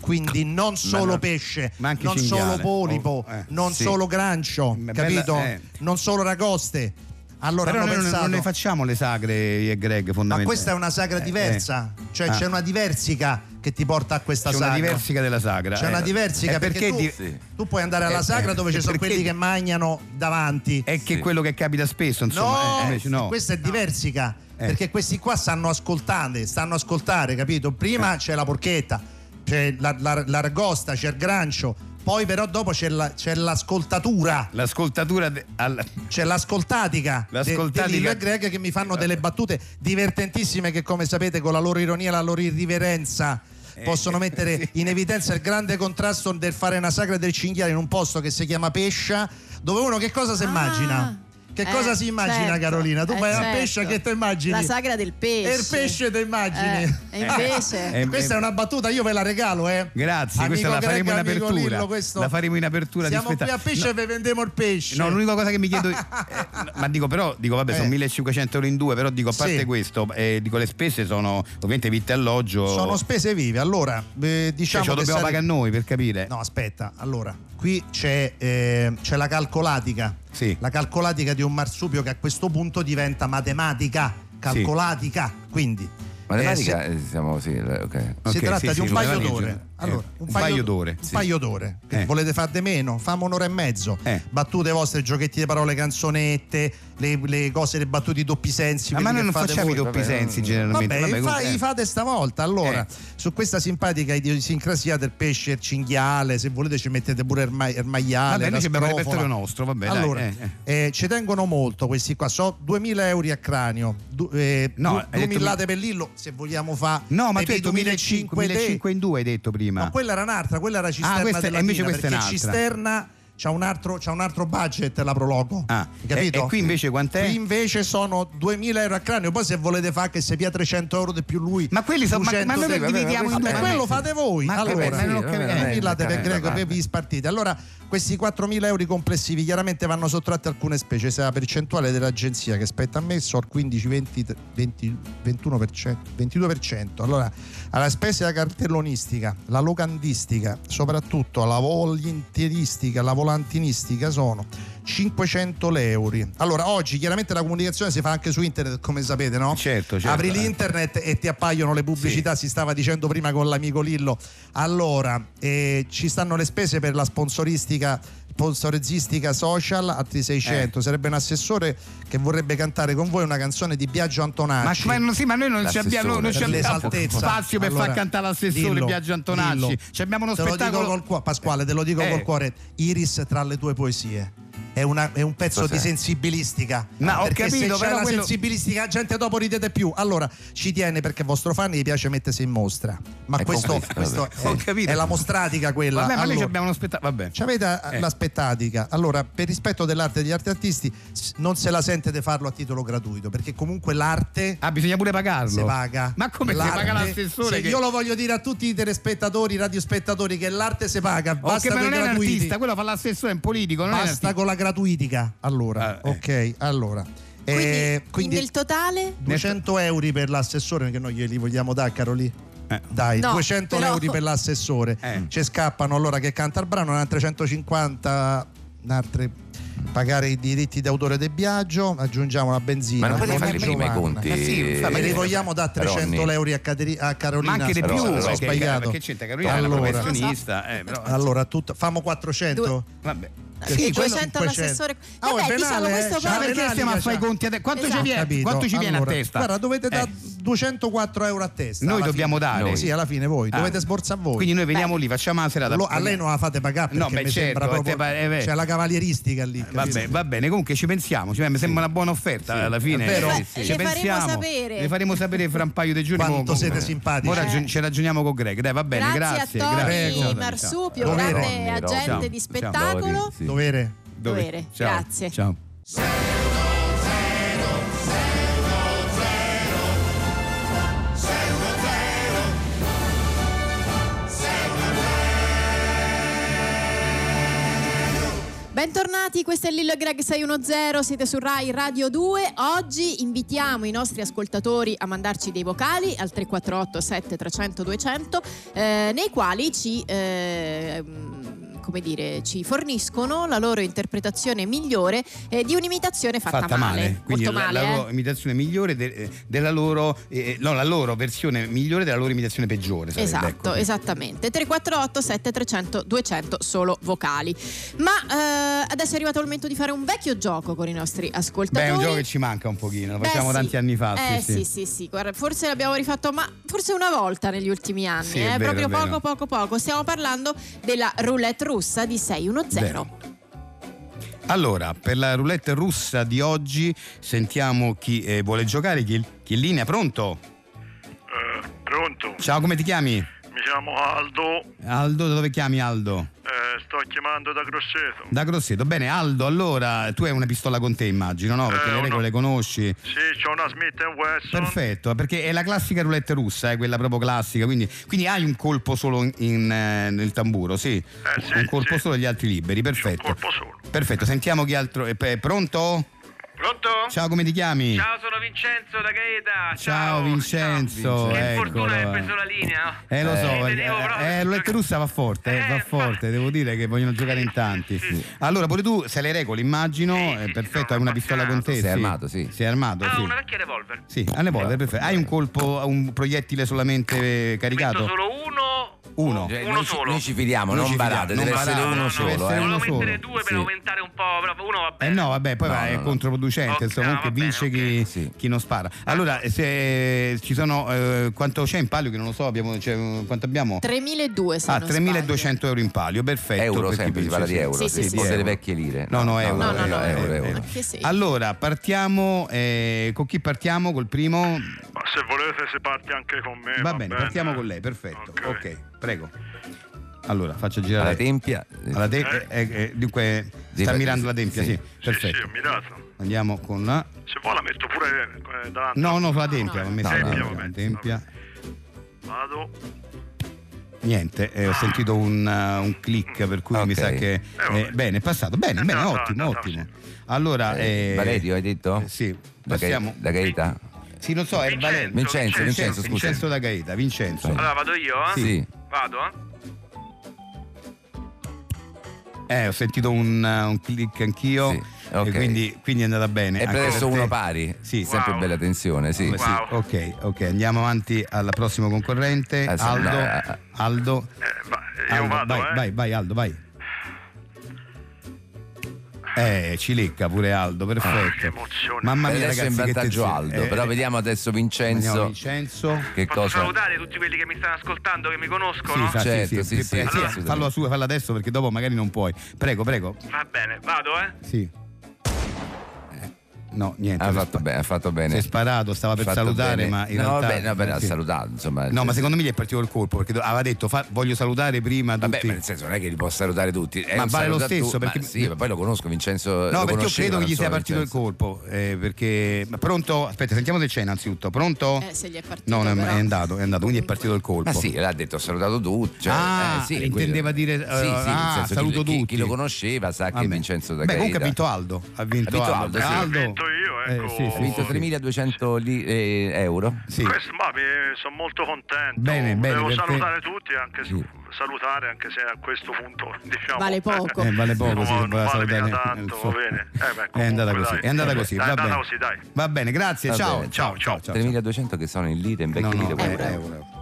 [SPEAKER 7] Quindi non solo
[SPEAKER 2] no,
[SPEAKER 7] pesce,
[SPEAKER 2] ma anche
[SPEAKER 7] non
[SPEAKER 2] cinghiale.
[SPEAKER 7] solo polipo,
[SPEAKER 2] Oh, eh,
[SPEAKER 7] non
[SPEAKER 2] sì.
[SPEAKER 7] solo grancio,
[SPEAKER 2] Ma bella-
[SPEAKER 7] capito?
[SPEAKER 2] eh.
[SPEAKER 7] Non solo ragoste. Allora
[SPEAKER 2] Però
[SPEAKER 7] hanno
[SPEAKER 2] noi non,
[SPEAKER 7] pensato,
[SPEAKER 2] non ne facciamo le sagre io e Greg
[SPEAKER 7] ma
[SPEAKER 2] fondamentalmente.
[SPEAKER 7] questa è una sagra
[SPEAKER 2] Eh,
[SPEAKER 7] diversa,
[SPEAKER 2] eh.
[SPEAKER 7] cioè
[SPEAKER 2] Ah.
[SPEAKER 7] c'è una diversica che ti porta a questa
[SPEAKER 2] C'è
[SPEAKER 7] sagra.
[SPEAKER 2] una diversica della sagra.
[SPEAKER 7] C'è
[SPEAKER 2] eh.
[SPEAKER 7] una diversica
[SPEAKER 2] Eh,
[SPEAKER 7] perché,
[SPEAKER 2] di-
[SPEAKER 7] tu, tu puoi andare alla
[SPEAKER 2] Eh,
[SPEAKER 7] sagra dove
[SPEAKER 2] eh,
[SPEAKER 7] ci sono
[SPEAKER 2] perché
[SPEAKER 7] quelli
[SPEAKER 2] di-
[SPEAKER 7] che mangiano davanti.
[SPEAKER 2] È che
[SPEAKER 5] Sì.
[SPEAKER 2] quello che capita spesso, insomma, eh, invece no.
[SPEAKER 7] questa è diversica
[SPEAKER 2] Eh.
[SPEAKER 7] perché questi qua sanno ascoltare, stanno ascoltare, capito?
[SPEAKER 2] Eh.
[SPEAKER 7] Prima c'è la porchetta, c'è la- la- l'argosta, c'è il grancio, poi però dopo c'è, la- c'è l'ascoltatura.
[SPEAKER 2] L'ascoltatura de- al-
[SPEAKER 7] C'è l'ascoltatica, de-
[SPEAKER 2] L'ascoltatica-
[SPEAKER 7] di Lillo e Greg che mi fanno delle battute divertentissime che come sapete con la loro ironia e la loro irriverenza
[SPEAKER 2] Eh,
[SPEAKER 7] possono
[SPEAKER 2] <laughs>
[SPEAKER 7] mettere in evidenza il grande contrasto del fare una sagra del cinghiale in un posto che si chiama Pescia dove uno che cosa si
[SPEAKER 1] Ah,
[SPEAKER 7] immagina? Che
[SPEAKER 1] eh,
[SPEAKER 7] cosa si immagina
[SPEAKER 1] certo,
[SPEAKER 7] Carolina? Tu
[SPEAKER 1] eh,
[SPEAKER 7] vai a
[SPEAKER 1] certo.
[SPEAKER 7] Pescia che ti immagini?
[SPEAKER 1] La sagra del pesce.
[SPEAKER 7] E il pesce ti immagini?
[SPEAKER 1] Eh,
[SPEAKER 7] <laughs>
[SPEAKER 1] e invece...
[SPEAKER 2] Eh,
[SPEAKER 7] Questa
[SPEAKER 2] eh,
[SPEAKER 7] è una battuta, io ve la regalo, eh.
[SPEAKER 2] Grazie, questa la
[SPEAKER 7] Greg,
[SPEAKER 2] faremo in
[SPEAKER 7] amico
[SPEAKER 2] apertura.
[SPEAKER 7] Lillo, questo-
[SPEAKER 2] La faremo in apertura di
[SPEAKER 7] Siamo qui a
[SPEAKER 2] spettacolo.
[SPEAKER 7] Pescia e vi vendiamo il pesce.
[SPEAKER 2] No, l'unica cosa che
[SPEAKER 7] <laughs>
[SPEAKER 2] mi chiedo, eh, no, ma dico però, dico vabbè, sono
[SPEAKER 7] Eh.
[SPEAKER 2] 1500 euro in due, però dico a parte
[SPEAKER 7] Sì.
[SPEAKER 2] questo, eh, dico le spese sono ovviamente vitto e alloggio,
[SPEAKER 7] Sono spese vive, allora eh,
[SPEAKER 2] cioè,
[SPEAKER 7] diciamo
[SPEAKER 2] ce lo
[SPEAKER 7] che
[SPEAKER 2] dobbiamo
[SPEAKER 7] sare-
[SPEAKER 2] pagare noi per capire.
[SPEAKER 7] No, aspetta, allora, qui c'è, eh, c'è la calcolatica.
[SPEAKER 2] Sì.
[SPEAKER 7] La calcolatica di un marsupio che a questo punto diventa matematica, calcolatica. Quindi
[SPEAKER 5] Ma
[SPEAKER 7] eh,
[SPEAKER 5] le
[SPEAKER 7] se-
[SPEAKER 5] eh, diciamo sì, la- ok.
[SPEAKER 7] si
[SPEAKER 2] Ok,
[SPEAKER 7] tratta
[SPEAKER 2] sì,
[SPEAKER 7] di
[SPEAKER 2] sì,
[SPEAKER 7] un
[SPEAKER 2] sì,
[SPEAKER 7] paio
[SPEAKER 2] Giovanni,
[SPEAKER 7] d'ore.
[SPEAKER 2] Giovanni.
[SPEAKER 7] Allora,
[SPEAKER 2] Eh, un paio d'ore,
[SPEAKER 7] Un
[SPEAKER 2] sì.
[SPEAKER 7] paio d'ore.
[SPEAKER 2] Eh.
[SPEAKER 7] Volete far di meno? Famo un'ora e mezzo.
[SPEAKER 2] Eh.
[SPEAKER 7] Battute vostre, giochetti di parole, canzonette, le, le cose, le battute i doppi sensi.
[SPEAKER 2] Ah, ma
[SPEAKER 7] quelli
[SPEAKER 2] noi
[SPEAKER 7] che
[SPEAKER 2] non
[SPEAKER 7] fate
[SPEAKER 2] facciamo
[SPEAKER 7] voi.
[SPEAKER 2] i doppi
[SPEAKER 5] vabbè,
[SPEAKER 2] sensi
[SPEAKER 5] vabbè.
[SPEAKER 2] generalmente.
[SPEAKER 7] Vabbè,
[SPEAKER 2] Vabbè,
[SPEAKER 7] fa-
[SPEAKER 2] comunque,
[SPEAKER 7] li
[SPEAKER 2] eh.
[SPEAKER 7] fate stavolta. Allora,
[SPEAKER 2] Eh.
[SPEAKER 7] su questa simpatica idiosincrasia del pesce, il cinghiale, se volete ci mettete pure il, ma- il maiale.
[SPEAKER 2] Vabbè,
[SPEAKER 7] la
[SPEAKER 2] noi ci abbiamo il
[SPEAKER 7] scrofola.
[SPEAKER 2] repertorio nostro, vabbè, dai,
[SPEAKER 7] Allora,
[SPEAKER 2] eh,
[SPEAKER 7] eh, ci tengono molto questi qua. So 2000 euro a cranio, du- eh,
[SPEAKER 2] No,
[SPEAKER 7] du-
[SPEAKER 2] hai
[SPEAKER 7] due
[SPEAKER 2] detto
[SPEAKER 7] millate per Lillo, se vogliamo fa.
[SPEAKER 2] No, ma
[SPEAKER 7] e
[SPEAKER 2] tu hai detto
[SPEAKER 7] 2005 te.
[SPEAKER 2] 1500 in due hai detto prima.
[SPEAKER 7] No, quella era un'altra, quella era cisterna
[SPEAKER 2] Ah, questa-
[SPEAKER 7] della
[SPEAKER 2] e invece
[SPEAKER 7] Tina,
[SPEAKER 2] questa è
[SPEAKER 7] perché
[SPEAKER 2] un'altra.
[SPEAKER 7] cisterna c'ha un altro, c'ha un altro budget la Proloco.
[SPEAKER 2] Ah,
[SPEAKER 7] capito?
[SPEAKER 2] e- e qui invece quant'è?
[SPEAKER 7] Qui invece sono 2000 euro a cranio, poi se volete fa che se via 300 euro di più lui.
[SPEAKER 2] Ma quelli sono- ma-
[SPEAKER 7] 200
[SPEAKER 2] ma noi
[SPEAKER 7] te-
[SPEAKER 2] li dividiamo
[SPEAKER 5] in
[SPEAKER 7] vabbè,
[SPEAKER 5] due.
[SPEAKER 7] Eh, quello fate voi.
[SPEAKER 2] Ma-
[SPEAKER 7] allora,
[SPEAKER 2] vabbè, ma non ho capito.
[SPEAKER 7] eh,
[SPEAKER 2] Eh,
[SPEAKER 7] millate per
[SPEAKER 5] eh,
[SPEAKER 7] greco
[SPEAKER 5] vabbè.
[SPEAKER 7] per vi spartite. Allora, questi 4.000 euro complessivi chiaramente vanno sottratti alcune specie, se la percentuale dell'agenzia che spetta a me sono il 15, 20, 20, 21%, 22%. Allora, alla spesa cartellonistica, la locandistica, soprattutto la volantieristica, la volantinistica sono 500 euro. Allora, oggi chiaramente la comunicazione si fa anche su internet, come sapete, no?
[SPEAKER 2] Certo, certo,
[SPEAKER 7] Apri
[SPEAKER 2] eh.
[SPEAKER 7] l'internet e ti appaiono le pubblicità, si stava dicendo prima con l'amico Lillo. Allora, eh, ci stanno le spese per la sponsoristica sponsorizistica social a 600
[SPEAKER 2] Eh.
[SPEAKER 7] sarebbe un assessore che vorrebbe cantare con voi una canzone di Biagio
[SPEAKER 2] Ma,
[SPEAKER 7] Antonacci
[SPEAKER 2] ma non- sì, ma noi non ci
[SPEAKER 5] L'assessore,
[SPEAKER 2] abbiamo, non ci
[SPEAKER 7] per
[SPEAKER 2] abbiamo
[SPEAKER 7] l'esaltezza.
[SPEAKER 2] spazio per
[SPEAKER 7] Allora,
[SPEAKER 2] far cantare l'assessore
[SPEAKER 7] Lillo,
[SPEAKER 2] Biagio Antonacci.
[SPEAKER 7] Lillo,
[SPEAKER 2] Ci abbiamo uno
[SPEAKER 7] te lo dico
[SPEAKER 2] spettacolo.
[SPEAKER 7] col cuo- Pasquale, te lo dico
[SPEAKER 2] Eh.
[SPEAKER 7] col cuore. Iris tra le tue poesie. È, una- è un pezzo
[SPEAKER 5] Cos'è?
[SPEAKER 7] di sensibilistica.
[SPEAKER 2] Ma ho
[SPEAKER 7] perché
[SPEAKER 2] capito,
[SPEAKER 7] se c'è
[SPEAKER 2] però
[SPEAKER 7] la
[SPEAKER 2] quello-
[SPEAKER 7] sensibilistica, la gente dopo ridete più. Allora, ci tiene perché il vostro fan gli piace mettersi in mostra. Ma
[SPEAKER 5] È
[SPEAKER 7] questo,
[SPEAKER 5] complicato,
[SPEAKER 7] questo
[SPEAKER 5] vabbè.
[SPEAKER 2] Ho
[SPEAKER 7] Eh, è,
[SPEAKER 2] capito.
[SPEAKER 7] è la mostratica quella.
[SPEAKER 2] Vabbè, ma noi ci
[SPEAKER 7] Allora,
[SPEAKER 2] abbiamo uno spettacolo. Vabbè.
[SPEAKER 7] ci avete eh,
[SPEAKER 2] Eh.
[SPEAKER 7] la spettatica. Allora, per rispetto dell'arte degli arti artisti, s- non se la sente di farlo a titolo gratuito, perché comunque l'arte
[SPEAKER 2] Ah, bisogna pure pagarlo.
[SPEAKER 7] se paga.
[SPEAKER 2] Ma come si paga
[SPEAKER 7] L'arte-
[SPEAKER 2] l'assessore?
[SPEAKER 7] se
[SPEAKER 2] che- Oh,
[SPEAKER 7] Io lo voglio dire a tutti i telespettatori, radiospettatori, che l'arte si paga.
[SPEAKER 2] Oh, che
[SPEAKER 7] Basta
[SPEAKER 2] ma
[SPEAKER 7] con i
[SPEAKER 2] non è un
[SPEAKER 7] gratuiti.
[SPEAKER 2] artista, quello fa l'assessore, è un politico. Non
[SPEAKER 7] Basta
[SPEAKER 2] è
[SPEAKER 7] con la gratuitica. Allora,
[SPEAKER 2] Ah,
[SPEAKER 7] ok, allora.
[SPEAKER 1] Quindi,
[SPEAKER 7] Eh, quindi
[SPEAKER 1] nel totale
[SPEAKER 7] 200 euro per l'assessore, che noi glieli vogliamo dare, Carolì.
[SPEAKER 2] Eh.
[SPEAKER 7] Dai,
[SPEAKER 1] No,
[SPEAKER 7] 200
[SPEAKER 1] però-
[SPEAKER 7] euro per l'assessore.
[SPEAKER 2] Eh.
[SPEAKER 7] Ci scappano allora che canta il brano, un'altra 150, un'altra pagare i diritti d'autore del viaggio, aggiungiamo la benzina.
[SPEAKER 5] Ma non
[SPEAKER 7] Come
[SPEAKER 5] potete fare prima i
[SPEAKER 7] Giovanna.
[SPEAKER 5] conti?
[SPEAKER 2] Ma sì, fa-
[SPEAKER 7] Eh, Ma li vogliamo da 300
[SPEAKER 5] Ronny.
[SPEAKER 7] euro a, Cateri- a Carolina?
[SPEAKER 2] Ma anche di
[SPEAKER 7] Però,
[SPEAKER 2] più,
[SPEAKER 7] però, ho
[SPEAKER 2] perché,
[SPEAKER 7] sbagliato.
[SPEAKER 2] perché c'entra Carolina è
[SPEAKER 7] Allora.
[SPEAKER 2] una professionista. Eh, però,
[SPEAKER 7] Allora, tutto, famo 400.
[SPEAKER 1] Due-
[SPEAKER 2] vabbè.
[SPEAKER 1] Sì,
[SPEAKER 7] Sì, quello-
[SPEAKER 1] 200 all'assessore.
[SPEAKER 7] 500. Ah,
[SPEAKER 1] Vabbè,
[SPEAKER 7] oh, è
[SPEAKER 1] diciamo
[SPEAKER 7] penale,
[SPEAKER 1] questo
[SPEAKER 7] eh? Ciao,
[SPEAKER 2] Ma
[SPEAKER 1] proprio
[SPEAKER 2] perché
[SPEAKER 7] Renale,
[SPEAKER 2] stiamo a fare i
[SPEAKER 7] cioè-
[SPEAKER 2] conti a te- Quanto
[SPEAKER 1] Esatto.
[SPEAKER 2] ci viene?
[SPEAKER 7] Capito?
[SPEAKER 2] Quanto ci viene
[SPEAKER 7] Allora,
[SPEAKER 2] a testa?
[SPEAKER 7] Guarda, dovete
[SPEAKER 2] Eh,
[SPEAKER 7] dare 204 euro a testa.
[SPEAKER 2] Noi
[SPEAKER 7] alla
[SPEAKER 2] dobbiamo
[SPEAKER 7] fine.
[SPEAKER 2] dare.
[SPEAKER 7] Sì, alla fine voi.
[SPEAKER 2] Ah.
[SPEAKER 7] Dovete sborsare voi.
[SPEAKER 2] Quindi noi veniamo lì, facciamo la serata.
[SPEAKER 7] Lo- a lei non la fate pagare perché
[SPEAKER 2] No, beh,
[SPEAKER 7] mi
[SPEAKER 2] certo,
[SPEAKER 7] sembra proprio
[SPEAKER 2] eh, te- eh, beh.
[SPEAKER 7] c'è la cavalieristica lì.
[SPEAKER 2] Eh, Va
[SPEAKER 7] capito?
[SPEAKER 2] bene, va bene, comunque ci pensiamo, ci- mi sembra una buona offerta alla fine.
[SPEAKER 7] È vero.
[SPEAKER 2] Eh,
[SPEAKER 1] Le
[SPEAKER 2] Ci
[SPEAKER 1] faremo
[SPEAKER 2] pensiamo,
[SPEAKER 1] sapere. Eh.
[SPEAKER 2] Le faremo sapere fra un paio di giorni.
[SPEAKER 7] Quanto
[SPEAKER 2] mo- con-
[SPEAKER 7] siete simpatici.
[SPEAKER 2] Ora ragion- ci ragioniamo con Greg, dai, va bene, grazie.
[SPEAKER 1] grazie a Tony
[SPEAKER 2] grazie. Ciao, Tony,
[SPEAKER 1] Marsupio,
[SPEAKER 2] ciao.
[SPEAKER 7] Dovere.
[SPEAKER 1] grande
[SPEAKER 5] Ronny, Ronny.
[SPEAKER 1] agente
[SPEAKER 2] Ciao.
[SPEAKER 1] di
[SPEAKER 2] Ciao.
[SPEAKER 1] spettacolo.
[SPEAKER 5] Sì.
[SPEAKER 7] Dovere.
[SPEAKER 2] Dove-
[SPEAKER 1] Dovere.
[SPEAKER 2] ciao,
[SPEAKER 1] Grazie.
[SPEAKER 2] Ciao.
[SPEAKER 1] Bentornati, questo è Lillo e Greg 610, siete su Rai Radio 2. Oggi invitiamo i nostri ascoltatori a mandarci dei vocali al 348 7300 200 eh, nei quali ci eh, mm, come dire, ci forniscono la loro interpretazione migliore eh, di un'imitazione fatta, male,
[SPEAKER 2] Quindi
[SPEAKER 1] molto
[SPEAKER 2] la,
[SPEAKER 1] male.
[SPEAKER 2] la
[SPEAKER 1] eh.
[SPEAKER 2] loro imitazione migliore de- eh, della loro, eh, no, la loro versione migliore della loro imitazione peggiore. sarebbe,
[SPEAKER 1] Esatto,
[SPEAKER 2] ecco.
[SPEAKER 1] esattamente. 348 7300 200 solo vocali. Ma eh, adesso è arrivato il momento di fare un vecchio gioco con i nostri
[SPEAKER 2] Beh,
[SPEAKER 1] ascoltatori.
[SPEAKER 2] è un gioco che ci manca un pochino, lo
[SPEAKER 1] Beh,
[SPEAKER 2] facciamo
[SPEAKER 1] sì.
[SPEAKER 2] tanti anni fa.
[SPEAKER 1] Eh, sì, sì, sì, guarda, forse l'abbiamo rifatto, ma forse una volta negli ultimi anni,
[SPEAKER 2] Sì,
[SPEAKER 1] eh,
[SPEAKER 2] è vero,
[SPEAKER 1] proprio
[SPEAKER 2] è vero.
[SPEAKER 1] poco, poco, poco. Stiamo parlando della roulette russa di 610.
[SPEAKER 2] Vero. Allora, per la roulette russa di oggi sentiamo chi eh, vuole giocare, chi, chi è in linea, pronto?
[SPEAKER 4] Eh, pronto?
[SPEAKER 2] Ciao, come ti chiami?
[SPEAKER 4] Mi chiamo Aldo,
[SPEAKER 2] Aldo, da dove chiami Aldo?
[SPEAKER 4] eh, sto chiamando da Grosseto.
[SPEAKER 2] Da Grosseto. Bene, Aldo, allora tu hai una pistola con te, immagino, no? Perché
[SPEAKER 4] Eh,
[SPEAKER 2] le
[SPEAKER 4] una-
[SPEAKER 2] regole le conosci.
[SPEAKER 4] Sì, c'ho una Smith Wesson.
[SPEAKER 2] Perfetto, perché è la classica roulette russa, è quella proprio classica, quindi, quindi hai un colpo solo in- in, eh, nel tamburo, sì.
[SPEAKER 4] Eh, sì,
[SPEAKER 2] un colpo
[SPEAKER 4] sì.
[SPEAKER 2] solo e gli altri liberi,
[SPEAKER 4] C'ho un
[SPEAKER 2] perfetto.
[SPEAKER 4] colpo solo.
[SPEAKER 2] Perfetto, sentiamo chi altro è è pronto?
[SPEAKER 6] Pronto?
[SPEAKER 2] Ciao, come ti chiami?
[SPEAKER 6] Ciao, sono Vincenzo da Gaeta.
[SPEAKER 2] Ciao, Vincenzo,
[SPEAKER 6] Ah, Che fortuna che
[SPEAKER 2] eccolo,
[SPEAKER 6] hai
[SPEAKER 2] eh.
[SPEAKER 6] preso la linea.
[SPEAKER 2] Eh lo so,
[SPEAKER 6] Ti
[SPEAKER 2] eh,
[SPEAKER 6] vedevo proprio-
[SPEAKER 2] eh, roulette russa va forte, eh,
[SPEAKER 6] Eh,
[SPEAKER 2] va
[SPEAKER 6] fa-
[SPEAKER 2] forte, devo dire che vogliono giocare in tanti.
[SPEAKER 6] Sì, sì.
[SPEAKER 2] Allora, pure tu sai le regole, immagino,
[SPEAKER 6] Sì,
[SPEAKER 2] eh,
[SPEAKER 6] sì,
[SPEAKER 2] perfetto,
[SPEAKER 6] sono
[SPEAKER 2] hai una pistola con te.
[SPEAKER 5] Sei
[SPEAKER 2] sì.
[SPEAKER 5] armato, sì.
[SPEAKER 2] Sei armato,
[SPEAKER 6] Ah,
[SPEAKER 2] sì.
[SPEAKER 6] una vecchia revolver.
[SPEAKER 2] Sì, a Nepal, perfetto. Hai un colpo, un proiettile solamente eh,
[SPEAKER 6] Metto
[SPEAKER 2] caricato?
[SPEAKER 6] solo uno.
[SPEAKER 2] Uno.
[SPEAKER 5] Cioè,
[SPEAKER 6] uno
[SPEAKER 5] noi, ci-
[SPEAKER 6] solo.
[SPEAKER 5] Noi ci fidiamo,
[SPEAKER 2] Noi
[SPEAKER 5] non
[SPEAKER 2] ci
[SPEAKER 5] barate,
[SPEAKER 2] fidiamo,
[SPEAKER 5] deve
[SPEAKER 2] non
[SPEAKER 5] essere
[SPEAKER 2] barate,
[SPEAKER 5] uno
[SPEAKER 2] no,
[SPEAKER 5] solo.
[SPEAKER 2] deve
[SPEAKER 5] eh.
[SPEAKER 2] essere
[SPEAKER 6] Volevo
[SPEAKER 2] uno
[SPEAKER 6] mettere
[SPEAKER 2] solo.
[SPEAKER 6] due per
[SPEAKER 5] Sì.
[SPEAKER 6] aumentare un po'. Però uno va
[SPEAKER 2] Eh
[SPEAKER 6] bene.
[SPEAKER 2] no, vabbè, poi
[SPEAKER 5] No,
[SPEAKER 2] va- è
[SPEAKER 5] no, no.
[SPEAKER 2] controproducente,
[SPEAKER 6] Ok,
[SPEAKER 2] insomma, comunque
[SPEAKER 6] va bene,
[SPEAKER 2] vince
[SPEAKER 6] ok.
[SPEAKER 2] chi,
[SPEAKER 5] Sì.
[SPEAKER 2] chi non spara. Allora, se ci sono eh, quanto c'è in palio che non lo so, abbiamo cioè, quanto abbiamo?
[SPEAKER 1] 3200 se
[SPEAKER 2] ah,
[SPEAKER 1] non
[SPEAKER 2] 3200 euro in palio, perfetto.
[SPEAKER 5] Euro
[SPEAKER 2] per chi
[SPEAKER 5] sempre, si
[SPEAKER 2] vince,
[SPEAKER 5] parla di
[SPEAKER 2] sì.
[SPEAKER 5] euro,
[SPEAKER 1] Sì, sì,
[SPEAKER 5] sì,
[SPEAKER 1] sì,
[SPEAKER 5] o
[SPEAKER 1] sì.
[SPEAKER 5] delle vecchie eh. lire.
[SPEAKER 2] No, no, euro,
[SPEAKER 1] No, no, no,
[SPEAKER 5] euro,
[SPEAKER 1] euro.
[SPEAKER 5] euro.
[SPEAKER 1] Anche sì.
[SPEAKER 2] Allora, partiamo eh, con chi partiamo? Col primo?
[SPEAKER 4] Ma se volete se parte anche con me.
[SPEAKER 2] Eh, Va bene, partiamo con lei, perfetto.
[SPEAKER 4] Ok.
[SPEAKER 2] ok, prego. Allora, faccio girare
[SPEAKER 5] Alla tempia.
[SPEAKER 2] Alla te-
[SPEAKER 4] Eh?
[SPEAKER 2] eh, eh, dunque,
[SPEAKER 5] Sì,
[SPEAKER 2] sta
[SPEAKER 5] fa-
[SPEAKER 2] mirando
[SPEAKER 5] sì,
[SPEAKER 2] la tempia, sì.
[SPEAKER 5] sì.
[SPEAKER 4] Sì, sì,
[SPEAKER 2] Perfetto.
[SPEAKER 4] ho mirato.
[SPEAKER 2] Andiamo con la...
[SPEAKER 4] Se vuoi la metto pure eh, davanti.
[SPEAKER 2] Ah, No, no, sulla
[SPEAKER 1] No,
[SPEAKER 2] tempia,
[SPEAKER 1] no,
[SPEAKER 2] ho messo
[SPEAKER 4] no,
[SPEAKER 2] la
[SPEAKER 4] no,
[SPEAKER 2] tempia,
[SPEAKER 4] no.
[SPEAKER 2] la tempia.
[SPEAKER 4] Vado.
[SPEAKER 2] Niente, eh, ho sentito un, uh, un click per cui
[SPEAKER 5] Ok.
[SPEAKER 2] mi sa che... eh,
[SPEAKER 4] vabbè.
[SPEAKER 2] bene, è passato. Bene,
[SPEAKER 4] Eh,
[SPEAKER 2] bene,
[SPEAKER 4] no, no,
[SPEAKER 2] ottimo,
[SPEAKER 4] no, no,
[SPEAKER 2] ottimo.
[SPEAKER 4] sì.
[SPEAKER 2] Allora...
[SPEAKER 5] Eh,
[SPEAKER 2] eh,
[SPEAKER 5] Valerio, hai detto?
[SPEAKER 2] eh, sì,
[SPEAKER 5] Da,
[SPEAKER 2] passiamo...
[SPEAKER 5] Gaeta? da Gaeta?
[SPEAKER 2] Sì, non so, è
[SPEAKER 4] Vincenzo,
[SPEAKER 2] Valerio.
[SPEAKER 5] Vincenzo,
[SPEAKER 2] Vincenzo,
[SPEAKER 5] Vincenzo, scusa.
[SPEAKER 2] Vincenzo da Gaeta, Vincenzo.
[SPEAKER 5] Sì.
[SPEAKER 6] Allora vado io, eh?
[SPEAKER 5] Sì.
[SPEAKER 6] Vado, eh?
[SPEAKER 2] Eh, ho sentito un, uh, un click anch'io.
[SPEAKER 5] Sì, ok.
[SPEAKER 2] e quindi, quindi è andata bene.
[SPEAKER 5] E per
[SPEAKER 2] Anche
[SPEAKER 5] adesso
[SPEAKER 2] per te.
[SPEAKER 5] uno pari.
[SPEAKER 2] Sì.
[SPEAKER 5] Sempre
[SPEAKER 6] Wow.
[SPEAKER 5] bella tensione, sì.
[SPEAKER 2] Sì, sì,
[SPEAKER 6] Wow.
[SPEAKER 2] Ok, ok, andiamo avanti alla prossima concorrente.
[SPEAKER 5] Ah, sì,
[SPEAKER 2] Aldo,
[SPEAKER 5] no, ah, ah.
[SPEAKER 2] Aldo,
[SPEAKER 4] Eh, va- io
[SPEAKER 2] Aldo,
[SPEAKER 4] vado,
[SPEAKER 2] vai,
[SPEAKER 4] eh.
[SPEAKER 2] vai, vai, Aldo, vai. Eh, ci lecca pure Aldo,
[SPEAKER 4] Ah, che
[SPEAKER 2] perfetto.
[SPEAKER 4] emozione.
[SPEAKER 2] Mamma
[SPEAKER 5] Per
[SPEAKER 2] mia,
[SPEAKER 5] adesso è in
[SPEAKER 2] ragazzi, che
[SPEAKER 5] vantaggio
[SPEAKER 2] tensione.
[SPEAKER 5] Aldo,
[SPEAKER 2] Eh,
[SPEAKER 5] però vediamo adesso Vincenzo
[SPEAKER 2] andiamo, Vincenzo.
[SPEAKER 5] che
[SPEAKER 6] Posso
[SPEAKER 5] cosa...
[SPEAKER 6] salutare tutti quelli che mi stanno ascoltando, che mi conoscono?
[SPEAKER 2] sa-
[SPEAKER 5] Certo, sì,
[SPEAKER 2] eh,
[SPEAKER 5] sì,
[SPEAKER 2] eh,
[SPEAKER 5] assolutamente.
[SPEAKER 2] fallo a sua, fallo adesso perché dopo magari non puoi. Prego, prego.
[SPEAKER 6] Va bene, vado, eh?
[SPEAKER 2] Sì.
[SPEAKER 5] Eh.
[SPEAKER 2] No, niente.
[SPEAKER 5] Ha
[SPEAKER 2] si è
[SPEAKER 5] fatto
[SPEAKER 2] spa-
[SPEAKER 5] bene, ha fatto bene.
[SPEAKER 2] Si è sparato, stava per
[SPEAKER 5] Fatto
[SPEAKER 2] salutare,
[SPEAKER 5] bene.
[SPEAKER 2] ma in
[SPEAKER 5] no,
[SPEAKER 2] realtà eh,
[SPEAKER 5] vabbè, no, beh, ha
[SPEAKER 2] Sì.
[SPEAKER 5] salutato, insomma. cioè,
[SPEAKER 2] No, ma secondo me gli è partito il colpo perché do- aveva detto fa- voglio salutare prima tutti.
[SPEAKER 5] Vabbè, ma nel senso non è che li posso salutare tutti. È
[SPEAKER 2] Ma
[SPEAKER 5] un
[SPEAKER 2] vale lo
[SPEAKER 5] saluto a tu-
[SPEAKER 2] stesso,
[SPEAKER 5] ma
[SPEAKER 2] perché-
[SPEAKER 5] sì, ma poi lo conosco, Vincenzo.
[SPEAKER 2] No,
[SPEAKER 5] lo
[SPEAKER 2] perché io
[SPEAKER 5] conosceva,
[SPEAKER 2] credo che
[SPEAKER 5] non
[SPEAKER 2] gli
[SPEAKER 5] so,
[SPEAKER 2] sia partito
[SPEAKER 5] Vincenzo.
[SPEAKER 2] il colpo. eh, perché. ma Pronto? Aspetta, sentiamo se c'è innanzitutto. Pronto?
[SPEAKER 1] Eh, se gli è partito,
[SPEAKER 2] No, no,
[SPEAKER 1] però.
[SPEAKER 2] è andato, è andato, quindi è partito il colpo.
[SPEAKER 5] Ma Ah, sì, l'ha detto, ha salutato tutti. Cioè,
[SPEAKER 2] Ah,
[SPEAKER 5] eh, sì,
[SPEAKER 2] intendeva dire, eh,
[SPEAKER 5] Sì, sì, nel
[SPEAKER 2] ah,
[SPEAKER 5] senso, chi-
[SPEAKER 2] saluto
[SPEAKER 5] chi,
[SPEAKER 2] tutti.
[SPEAKER 5] Chi lo conosceva sa che
[SPEAKER 2] Vabbè.
[SPEAKER 5] è Vincenzo da
[SPEAKER 2] Beh, comunque ha
[SPEAKER 5] Gaeta.
[SPEAKER 2] vinto Aldo. Ha vinto,
[SPEAKER 5] vinto Aldo,
[SPEAKER 2] Aldo.
[SPEAKER 5] sì.
[SPEAKER 2] Aldo. Eh,
[SPEAKER 4] Ho vinto io, ecco.
[SPEAKER 2] sì, sì,
[SPEAKER 5] Ha vinto
[SPEAKER 2] sì.
[SPEAKER 5] 3.200 li- eh, euro.
[SPEAKER 2] Sì.
[SPEAKER 4] Questo- ma mi- sono molto contento.
[SPEAKER 2] Bene, bene,
[SPEAKER 4] Devo
[SPEAKER 2] perché-
[SPEAKER 4] salutare tutti, anche se,
[SPEAKER 5] Sì.
[SPEAKER 4] salutare anche se a questo punto <laughs> diciamo
[SPEAKER 1] Vale poco.
[SPEAKER 2] Eh, vale poco,
[SPEAKER 4] No,
[SPEAKER 2] sì,
[SPEAKER 4] non
[SPEAKER 2] voleva
[SPEAKER 4] vale mica
[SPEAKER 2] salutare
[SPEAKER 4] tanto,
[SPEAKER 2] il suo-
[SPEAKER 4] va bene. Eh, beh,
[SPEAKER 2] è
[SPEAKER 4] comunque,
[SPEAKER 2] andata
[SPEAKER 4] dai.
[SPEAKER 2] così, è andata così,
[SPEAKER 4] Dai,
[SPEAKER 2] va
[SPEAKER 4] è andata
[SPEAKER 2] bene.
[SPEAKER 4] così, dai.
[SPEAKER 2] Va bene, grazie,
[SPEAKER 5] Eh, Va
[SPEAKER 2] ciao,
[SPEAKER 5] bene,
[SPEAKER 2] ciao, ciao, ciao.
[SPEAKER 5] 3.200 che sono in lire, in
[SPEAKER 2] No,
[SPEAKER 5] vecchie
[SPEAKER 2] no,
[SPEAKER 5] lire.
[SPEAKER 2] eh,
[SPEAKER 5] poi.
[SPEAKER 2] eh, euro.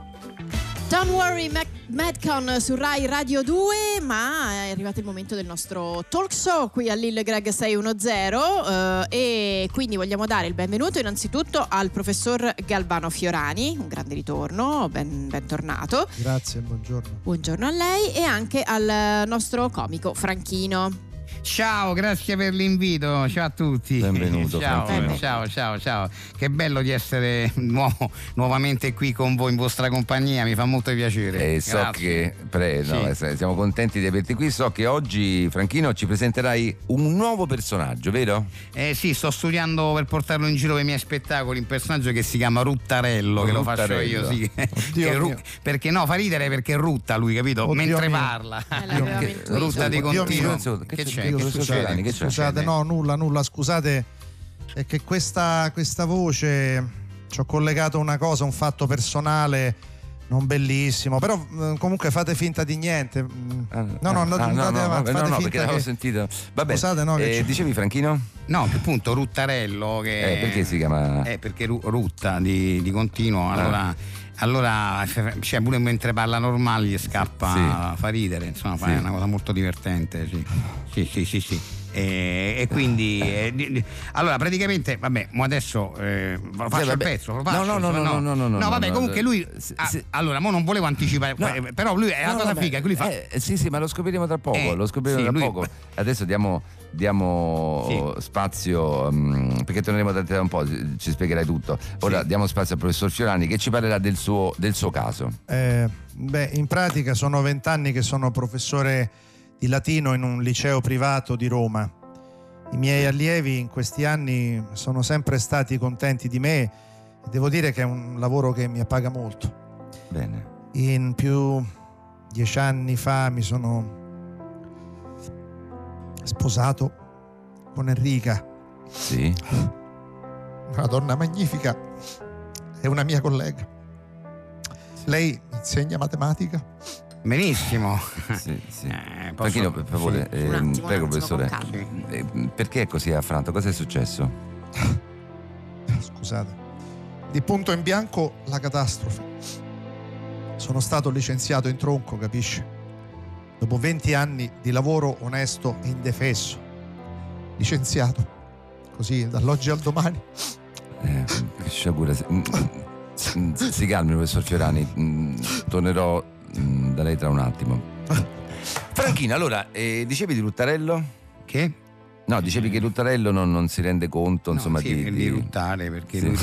[SPEAKER 1] Don't worry, Mac- Madcon su Rai Radio 2, ma è arrivato il momento del nostro talk show qui a Lille Greg 610 eh, e quindi vogliamo dare il benvenuto innanzitutto al professor Galvano Fiorani, un grande ritorno, ben, bentornato.
[SPEAKER 3] Grazie, buongiorno.
[SPEAKER 1] Buongiorno a lei e anche al nostro comico Franchino.
[SPEAKER 2] Ciao, grazie per l'invito, ciao a tutti.
[SPEAKER 5] Benvenuto,
[SPEAKER 2] Ciao,
[SPEAKER 5] Franchino.
[SPEAKER 2] ciao, ciao, ciao. Che bello di essere <laughs> nuovo- nuovamente qui con voi in vostra compagnia, mi fa molto piacere.
[SPEAKER 5] Eh, so
[SPEAKER 2] Grazie.
[SPEAKER 5] che pre- no,
[SPEAKER 2] Sì.
[SPEAKER 5] eh, siamo contenti di averti qui. So che oggi, Franchino, ci presenterai un nuovo personaggio, vero?
[SPEAKER 2] Eh sì, sto studiando per portarlo in giro per i miei spettacoli, un personaggio che si chiama Ruttarello, che lo faccio io,
[SPEAKER 5] Ruttarello.
[SPEAKER 2] sì.
[SPEAKER 3] Oddio
[SPEAKER 2] <laughs> Che ru-
[SPEAKER 3] mio.
[SPEAKER 2] perché no, fa ridere perché rutta lui, capito?
[SPEAKER 3] Oddio
[SPEAKER 2] Mentre
[SPEAKER 3] mio.
[SPEAKER 2] parla.
[SPEAKER 1] Eh, l'avevamo
[SPEAKER 5] Che-
[SPEAKER 2] <laughs>
[SPEAKER 1] intuito.
[SPEAKER 2] Rutta di
[SPEAKER 5] Oddio mio.
[SPEAKER 2] continuo.
[SPEAKER 5] Oddio mio.
[SPEAKER 2] Che
[SPEAKER 5] Che
[SPEAKER 2] c'è?
[SPEAKER 5] c'è? professor
[SPEAKER 7] scusate,
[SPEAKER 5] Fiorani, che
[SPEAKER 7] scusate,
[SPEAKER 5] succede?
[SPEAKER 7] no, nulla, nulla, scusate, è che questa, questa voce ci ho collegato una cosa, un fatto personale non bellissimo, però eh, comunque fate finta di niente. Mm.
[SPEAKER 5] Ah,
[SPEAKER 7] No, no, andate,
[SPEAKER 5] ah, ah, no,
[SPEAKER 7] andate avanti,
[SPEAKER 5] no, no,
[SPEAKER 7] fate
[SPEAKER 5] no,
[SPEAKER 7] finta
[SPEAKER 5] perché l'avevo
[SPEAKER 7] che-
[SPEAKER 5] sentito. Vabbè,
[SPEAKER 7] Scusate, no, che
[SPEAKER 5] eh,
[SPEAKER 7] c'è-
[SPEAKER 5] dicevi Franchino?
[SPEAKER 2] No, che appunto Ruttarello che...
[SPEAKER 5] Eh, perché si chiama- Ah.
[SPEAKER 2] Eh, perché Ru- Rutta di, di continuo, allora... allora, cioè, pure mentre parla normale gli scappa, fa ridere, insomma, fa-
[SPEAKER 5] Sì.
[SPEAKER 2] è una cosa molto divertente. Sì, sì, sì, sì. sì. E, e quindi eh, di- di- allora praticamente vabbè mo adesso eh, lo faccio
[SPEAKER 5] Sì,
[SPEAKER 2] il
[SPEAKER 5] vabbè.
[SPEAKER 2] pezzo lo
[SPEAKER 5] No,
[SPEAKER 2] faccio,
[SPEAKER 5] no, no,
[SPEAKER 2] se
[SPEAKER 5] no, no, no, no, no,
[SPEAKER 2] vabbè
[SPEAKER 5] no,
[SPEAKER 2] comunque
[SPEAKER 5] no.
[SPEAKER 2] lui
[SPEAKER 5] Se-
[SPEAKER 2] ah,
[SPEAKER 5] se-
[SPEAKER 2] allora mo non volevo anticipare
[SPEAKER 5] No.
[SPEAKER 2] eh, però lui è
[SPEAKER 5] No,
[SPEAKER 2] una cosa
[SPEAKER 5] vabbè,
[SPEAKER 2] figa che lui fa
[SPEAKER 5] eh, sì, sì, ma lo scopriremo tra poco.
[SPEAKER 2] Eh,
[SPEAKER 5] lo scopriremo
[SPEAKER 2] sì,
[SPEAKER 5] tra
[SPEAKER 2] lui-
[SPEAKER 5] poco. <laughs> Adesso diamo, diamo spazio, mm, perché torneremo da te da un po', ci spiegherai tutto. Ora diamo spazio al professor Fiorani che ci parlerà del suo, del suo caso.
[SPEAKER 7] Eh, beh, in pratica sono vent'anni che sono professore di latino in un liceo privato di Roma. I miei allievi in questi anni sono sempre stati contenti di me e devo dire che è un lavoro che mi appaga molto.
[SPEAKER 5] Bene.
[SPEAKER 7] In più dieci anni fa mi sono sposato con Enrica,
[SPEAKER 5] Sì.
[SPEAKER 7] <laughs> una donna magnifica, è una mia collega. Lei insegna matematica.
[SPEAKER 2] benissimo
[SPEAKER 5] <laughs> sì, sì.
[SPEAKER 2] Eh, posso-
[SPEAKER 5] Franchino, per favore,
[SPEAKER 1] un
[SPEAKER 5] ehm, prego,
[SPEAKER 1] attimo, un attimo, con
[SPEAKER 5] professore.
[SPEAKER 1] calma.
[SPEAKER 2] Sì.
[SPEAKER 5] Eh, Perché è così affranto? Cosa è successo?
[SPEAKER 7] scusate, di punto in bianco la catastrofe. Sono stato licenziato in tronco, capisci? Dopo 20 anni di lavoro onesto e indefesso. Licenziato. Così, dall'oggi al domani.
[SPEAKER 5] Eh, che sciagura. Si, mm, mm, si calmi, professor Fiorani. Mm, Tornerò mm, da lei tra un attimo. Franchino, allora, eh, dicevi di Ruttarello?
[SPEAKER 2] che?
[SPEAKER 5] No, dicevi che Ruttarello non, non si rende conto,
[SPEAKER 2] No,
[SPEAKER 5] insomma,
[SPEAKER 2] sì,
[SPEAKER 5] di,
[SPEAKER 2] per
[SPEAKER 5] di-
[SPEAKER 2] ruttare perché
[SPEAKER 5] Sì.
[SPEAKER 2] lui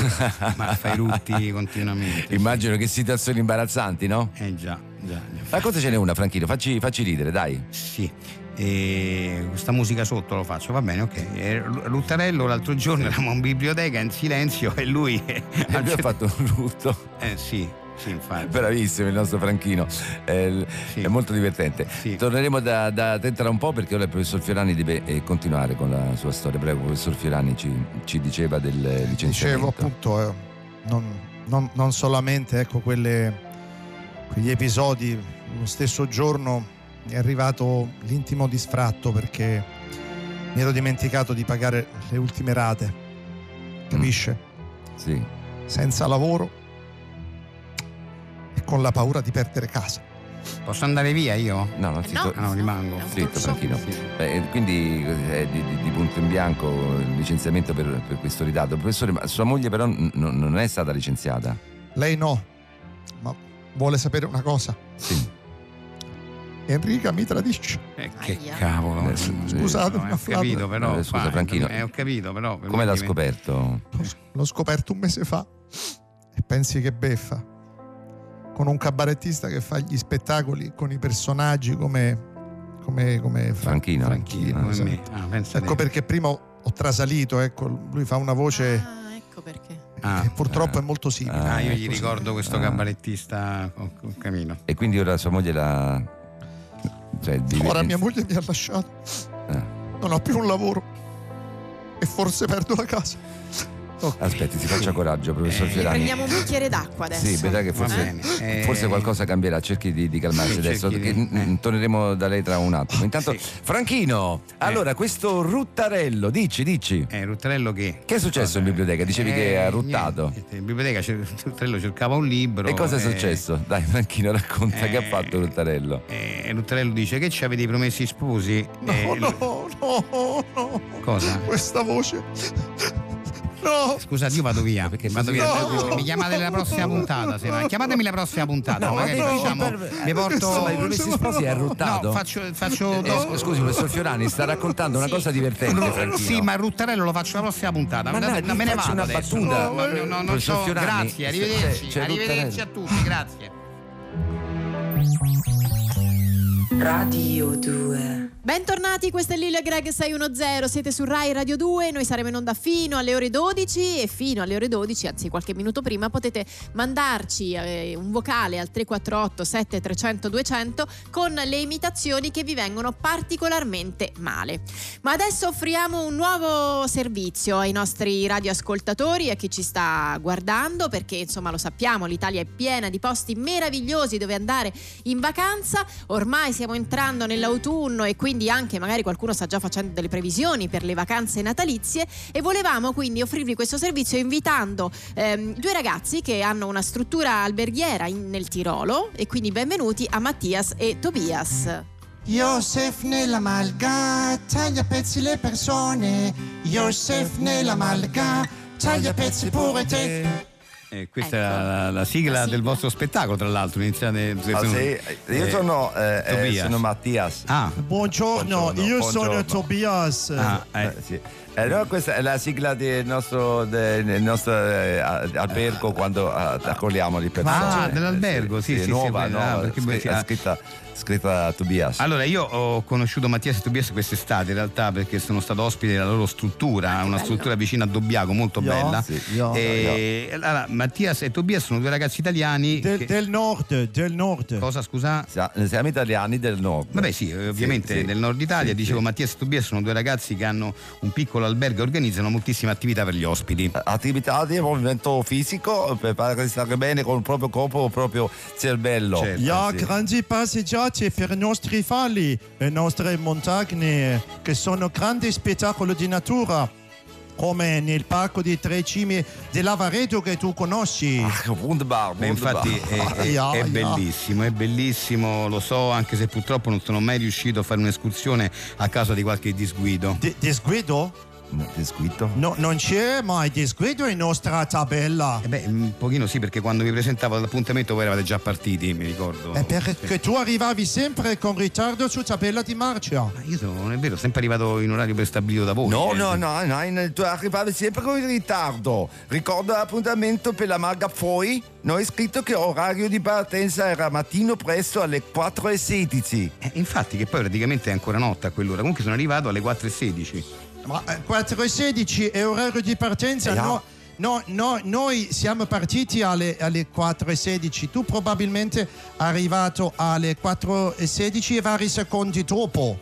[SPEAKER 2] ma fa i rutti continuamente.
[SPEAKER 5] <laughs>
[SPEAKER 2] sì.
[SPEAKER 5] Immagino che situazioni imbarazzanti, no?
[SPEAKER 2] Eh già, già, già.
[SPEAKER 5] Raccontacene una, Franchino, facci, facci ridere, dai.
[SPEAKER 2] Sì. E questa musica sotto lo faccio, va bene, ok. E Lu- Luttarello l'altro giorno eravamo in biblioteca in silenzio e
[SPEAKER 5] <laughs>
[SPEAKER 2] lui.
[SPEAKER 5] E lui ha fatto un lutto.
[SPEAKER 2] Eh sì, sì, infatti.
[SPEAKER 5] <laughs> Bravissimo il nostro Franchino, è, l-
[SPEAKER 2] Sì.
[SPEAKER 5] è molto divertente.
[SPEAKER 2] Sì.
[SPEAKER 5] Torneremo da, da te tra un po' perché ora il professor Fiorani deve eh, continuare con la sua storia. Prego, professor Fiorani ci, ci diceva del eh,
[SPEAKER 7] Dicevo
[SPEAKER 5] licenziamento.
[SPEAKER 7] appunto, eh, non, non- non solamente ecco, quelle- quegli episodi, lo stesso giorno è arrivato l'intimo disfratto perché mi ero dimenticato di pagare le ultime rate, capisce?
[SPEAKER 5] Mm. Sì.
[SPEAKER 7] Senza lavoro e con la paura di perdere casa.
[SPEAKER 2] Posso andare via io?
[SPEAKER 5] No, non si
[SPEAKER 1] No.
[SPEAKER 5] to-
[SPEAKER 2] Ah, no, rimango.
[SPEAKER 1] È un
[SPEAKER 5] Zitto,
[SPEAKER 1] talk show.
[SPEAKER 5] Franchino. Eh, quindi eh, di, di- di punto in bianco il licenziamento per, per questo ritardo. Professore, ma sua moglie però n- non- non è stata licenziata.
[SPEAKER 7] Lei no, ma vuole sapere una cosa.
[SPEAKER 5] Sì.
[SPEAKER 7] Enrica mi tradisce.
[SPEAKER 2] Eh, che
[SPEAKER 1] Aia.
[SPEAKER 2] cavolo.
[SPEAKER 5] Eh, s-
[SPEAKER 7] scusate,
[SPEAKER 2] No,
[SPEAKER 7] ma
[SPEAKER 2] ho capito,
[SPEAKER 7] Flavio-
[SPEAKER 2] però.
[SPEAKER 5] Eh, scusa,
[SPEAKER 2] fa-
[SPEAKER 5] Franchino.
[SPEAKER 2] eh, ho capito, però.
[SPEAKER 5] Come l'ha scoperto?
[SPEAKER 7] L'ho scoperto un mese fa e pensi che beffa. Con un cabarettista che fa gli spettacoli con i personaggi come, come, come Fra-
[SPEAKER 5] Franchino.
[SPEAKER 2] Franchino, come
[SPEAKER 7] esatto.
[SPEAKER 2] me. Ah, pensa
[SPEAKER 7] Ecco
[SPEAKER 2] te.
[SPEAKER 7] perché prima ho ho trasalito, ecco, lui fa una voce
[SPEAKER 1] Ah, ecco perché.
[SPEAKER 7] che
[SPEAKER 2] Ah,
[SPEAKER 7] purtroppo
[SPEAKER 5] ah,
[SPEAKER 7] è molto simile.
[SPEAKER 2] ah, io gli
[SPEAKER 7] Così.
[SPEAKER 2] ricordo questo
[SPEAKER 5] Ah.
[SPEAKER 2] cabarettista con, con Camino.
[SPEAKER 5] E quindi ora sua moglie l'ha. Cioè, vive-
[SPEAKER 7] Ora mia moglie mi ha lasciato,
[SPEAKER 2] Eh.
[SPEAKER 5] Ah.
[SPEAKER 7] non ho più un lavoro e forse perdo la casa.
[SPEAKER 5] Aspetti, si faccia coraggio, professor
[SPEAKER 2] Eh,
[SPEAKER 1] Gli
[SPEAKER 5] Fiorani.
[SPEAKER 1] prendiamo un bicchiere d'acqua adesso.
[SPEAKER 5] Sì, vedrà che
[SPEAKER 2] Va
[SPEAKER 5] forse,
[SPEAKER 2] bene, eh.
[SPEAKER 5] forse qualcosa cambierà. Cerchi di, di calmarsi
[SPEAKER 2] Sì,
[SPEAKER 5] adesso.
[SPEAKER 2] cerchi
[SPEAKER 5] che-
[SPEAKER 2] di-
[SPEAKER 5] mm,
[SPEAKER 2] eh.
[SPEAKER 5] Torneremo da lei tra un attimo. Intanto,
[SPEAKER 2] <laughs> Sì.
[SPEAKER 5] Franchino, allora questo ruttarello, dici, dici.
[SPEAKER 2] Eh, Ruttarello che? Eh,
[SPEAKER 5] Che è successo in biblioteca? Dicevi che ha ruttato.
[SPEAKER 2] niente, in biblioteca c'è- Ruttarello cercava un libro.
[SPEAKER 5] E cosa è
[SPEAKER 2] eh,
[SPEAKER 5] successo? Dai, Franchino, racconta che ha
[SPEAKER 2] eh,
[SPEAKER 5] fatto Ruttarello.
[SPEAKER 2] E Ruttarello dice che ci avete promessi sposi?
[SPEAKER 7] No,
[SPEAKER 2] Eh, lui-
[SPEAKER 7] Oh, no, no, no.
[SPEAKER 2] Cosa?
[SPEAKER 7] Questa voce. No.
[SPEAKER 2] Scusate, io vado via.
[SPEAKER 5] Perché
[SPEAKER 2] vado
[SPEAKER 5] così-
[SPEAKER 2] via.
[SPEAKER 7] No!
[SPEAKER 2] Mi chiamate la prossima puntata. Se va. Chiamatemi la prossima puntata.
[SPEAKER 5] Ah, No,
[SPEAKER 2] magari
[SPEAKER 5] no,
[SPEAKER 2] facciamo.
[SPEAKER 5] per-
[SPEAKER 2] Mi porto.
[SPEAKER 5] Insomma, i promessi sposi è ruttato.
[SPEAKER 2] No, faccio. faccio
[SPEAKER 5] Eh, s- scusi, professor Fiorani, sta raccontando una
[SPEAKER 1] Sì.
[SPEAKER 5] cosa divertente, Franchino.
[SPEAKER 2] Sì, ma il Ruttarello lo faccio la prossima puntata.
[SPEAKER 5] Ma
[SPEAKER 2] Guardate,
[SPEAKER 5] no,
[SPEAKER 2] no, me ne
[SPEAKER 5] faccio
[SPEAKER 2] vado
[SPEAKER 5] una
[SPEAKER 2] adesso.
[SPEAKER 5] battuta.
[SPEAKER 2] No, no, no, no, non
[SPEAKER 5] Professor
[SPEAKER 2] so.
[SPEAKER 5] Fiorani,
[SPEAKER 2] Grazie,
[SPEAKER 5] c'è-
[SPEAKER 2] arrivederci.
[SPEAKER 5] c'è
[SPEAKER 2] arrivederci a
[SPEAKER 5] Ruttarello.
[SPEAKER 2] tutti, grazie.
[SPEAKER 5] Ruttarello.
[SPEAKER 3] Radio 2.
[SPEAKER 1] Bentornati, questo è Lille Greg 610, siete su Rai Radio 2, noi saremo in onda fino alle ore 12 e fino alle ore 12, anzi qualche minuto prima, potete mandarci eh, un vocale al 348 7300 200 con le imitazioni che vi vengono particolarmente male. Ma adesso offriamo un nuovo servizio ai nostri radioascoltatori e a chi ci sta guardando, perché insomma lo sappiamo, l'Italia è piena di posti meravigliosi dove andare in vacanza. Ormai stiamo entrando nell'autunno e quindi anche magari qualcuno sta già facendo delle previsioni per le vacanze natalizie e volevamo quindi offrirvi questo servizio invitando ehm, due ragazzi che hanno una struttura alberghiera in- nel Tirolo e quindi benvenuti a Mattias e Tobias.
[SPEAKER 8] Joseph nella malga taglia a pezzi le persone. Joseph nella malga taglia a pezzi pure te.
[SPEAKER 2] Eh, questa
[SPEAKER 1] Ecco.
[SPEAKER 2] è la, la sigla
[SPEAKER 1] La sigla.
[SPEAKER 2] del vostro spettacolo, tra l'altro. Iniziate.
[SPEAKER 9] Ah, sì? Io
[SPEAKER 2] eh,
[SPEAKER 9] sono, eh, eh,
[SPEAKER 2] Tobias.
[SPEAKER 9] sono Mattias.
[SPEAKER 2] Ah,
[SPEAKER 7] Buongiorno,
[SPEAKER 9] Buongiorno,
[SPEAKER 7] io sono
[SPEAKER 9] buongiorno.
[SPEAKER 7] Tobias.
[SPEAKER 2] ah, eh.
[SPEAKER 9] Eh, sì. Eh, no, questa è la sigla del nostro, del nostro eh, a- albergo quando eh, accogliamo le persone.
[SPEAKER 2] Ah, dell'albergo, sì, sì, sì,
[SPEAKER 9] nuova,
[SPEAKER 2] sì,
[SPEAKER 9] no?
[SPEAKER 2] ah, perché poi
[SPEAKER 9] Scri-
[SPEAKER 2] si- ah.
[SPEAKER 9] scritta, scritta Tobias.
[SPEAKER 2] Allora, io ho conosciuto Mattias e Tobias quest'estate, in realtà, perché sono stato ospite della loro struttura, una
[SPEAKER 1] bello.
[SPEAKER 2] struttura vicino a Dobbiago, molto
[SPEAKER 7] Io?
[SPEAKER 2] bella.
[SPEAKER 9] Sì,
[SPEAKER 7] io.
[SPEAKER 2] E- allora, Mattias e Tobias sono due ragazzi italiani.
[SPEAKER 7] Del,
[SPEAKER 2] che-
[SPEAKER 7] del nord, del nord.
[SPEAKER 2] Cosa, scusa?
[SPEAKER 9] Sa- Siamo italiani del nord.
[SPEAKER 2] Vabbè sì, eh, ovviamente
[SPEAKER 9] sì.
[SPEAKER 2] del nord Italia,
[SPEAKER 9] Sì,
[SPEAKER 2] dicevo
[SPEAKER 9] sì.
[SPEAKER 2] Mattias e Tobias sono due ragazzi che hanno un piccolo albergo e organizzano moltissime attività per gli ospiti.
[SPEAKER 9] attività di movimento fisico per fare stare bene con il proprio corpo o il proprio cervello. Eh,
[SPEAKER 2] Certo.
[SPEAKER 7] Ja,
[SPEAKER 9] Sì.
[SPEAKER 7] grandi passeggiate per i nostri valli e nostre montagne, che sono grandi spettacoli di natura, come nel parco di Tre Cime dell'Avareto che tu conosci.
[SPEAKER 9] Ah, wunderbar,
[SPEAKER 2] Beh,
[SPEAKER 9] wunderbar.
[SPEAKER 2] infatti eh, è, è-
[SPEAKER 7] Ja,
[SPEAKER 2] è
[SPEAKER 7] ja.
[SPEAKER 2] bellissimo, è bellissimo, lo so, anche se purtroppo non sono mai riuscito a fare un'escursione a causa di qualche disguido.
[SPEAKER 7] Di- disguido?
[SPEAKER 9] No, ti scritto?
[SPEAKER 7] No, non c'è mai disguido in nostra tabella.
[SPEAKER 2] Eh beh, un pochino sì, perché quando vi presentavo l'appuntamento voi eravate già partiti, mi ricordo.
[SPEAKER 7] È perché tu arrivavi sempre con ritardo su tabella di marcia.
[SPEAKER 2] Ma Io sono, non è vero, sempre arrivato in orario prestabilito da voi.
[SPEAKER 9] No,
[SPEAKER 2] eh.
[SPEAKER 9] no, no, no, in- tu arrivavi sempre con il ritardo. Ricordo l'appuntamento per la maga Poi. Non è scritto che orario di partenza era mattino presto alle 4.16.
[SPEAKER 2] Eh, infatti, che poi praticamente è ancora notte a quell'ora. Comunque sono arrivato alle 4.16.
[SPEAKER 7] Ma eh, 4.16 è orario di partenza,
[SPEAKER 9] Eh,
[SPEAKER 7] no? No, no, noi siamo partiti alle, alle 4.16, tu probabilmente arrivato alle 4.16 e vari secondi dopo.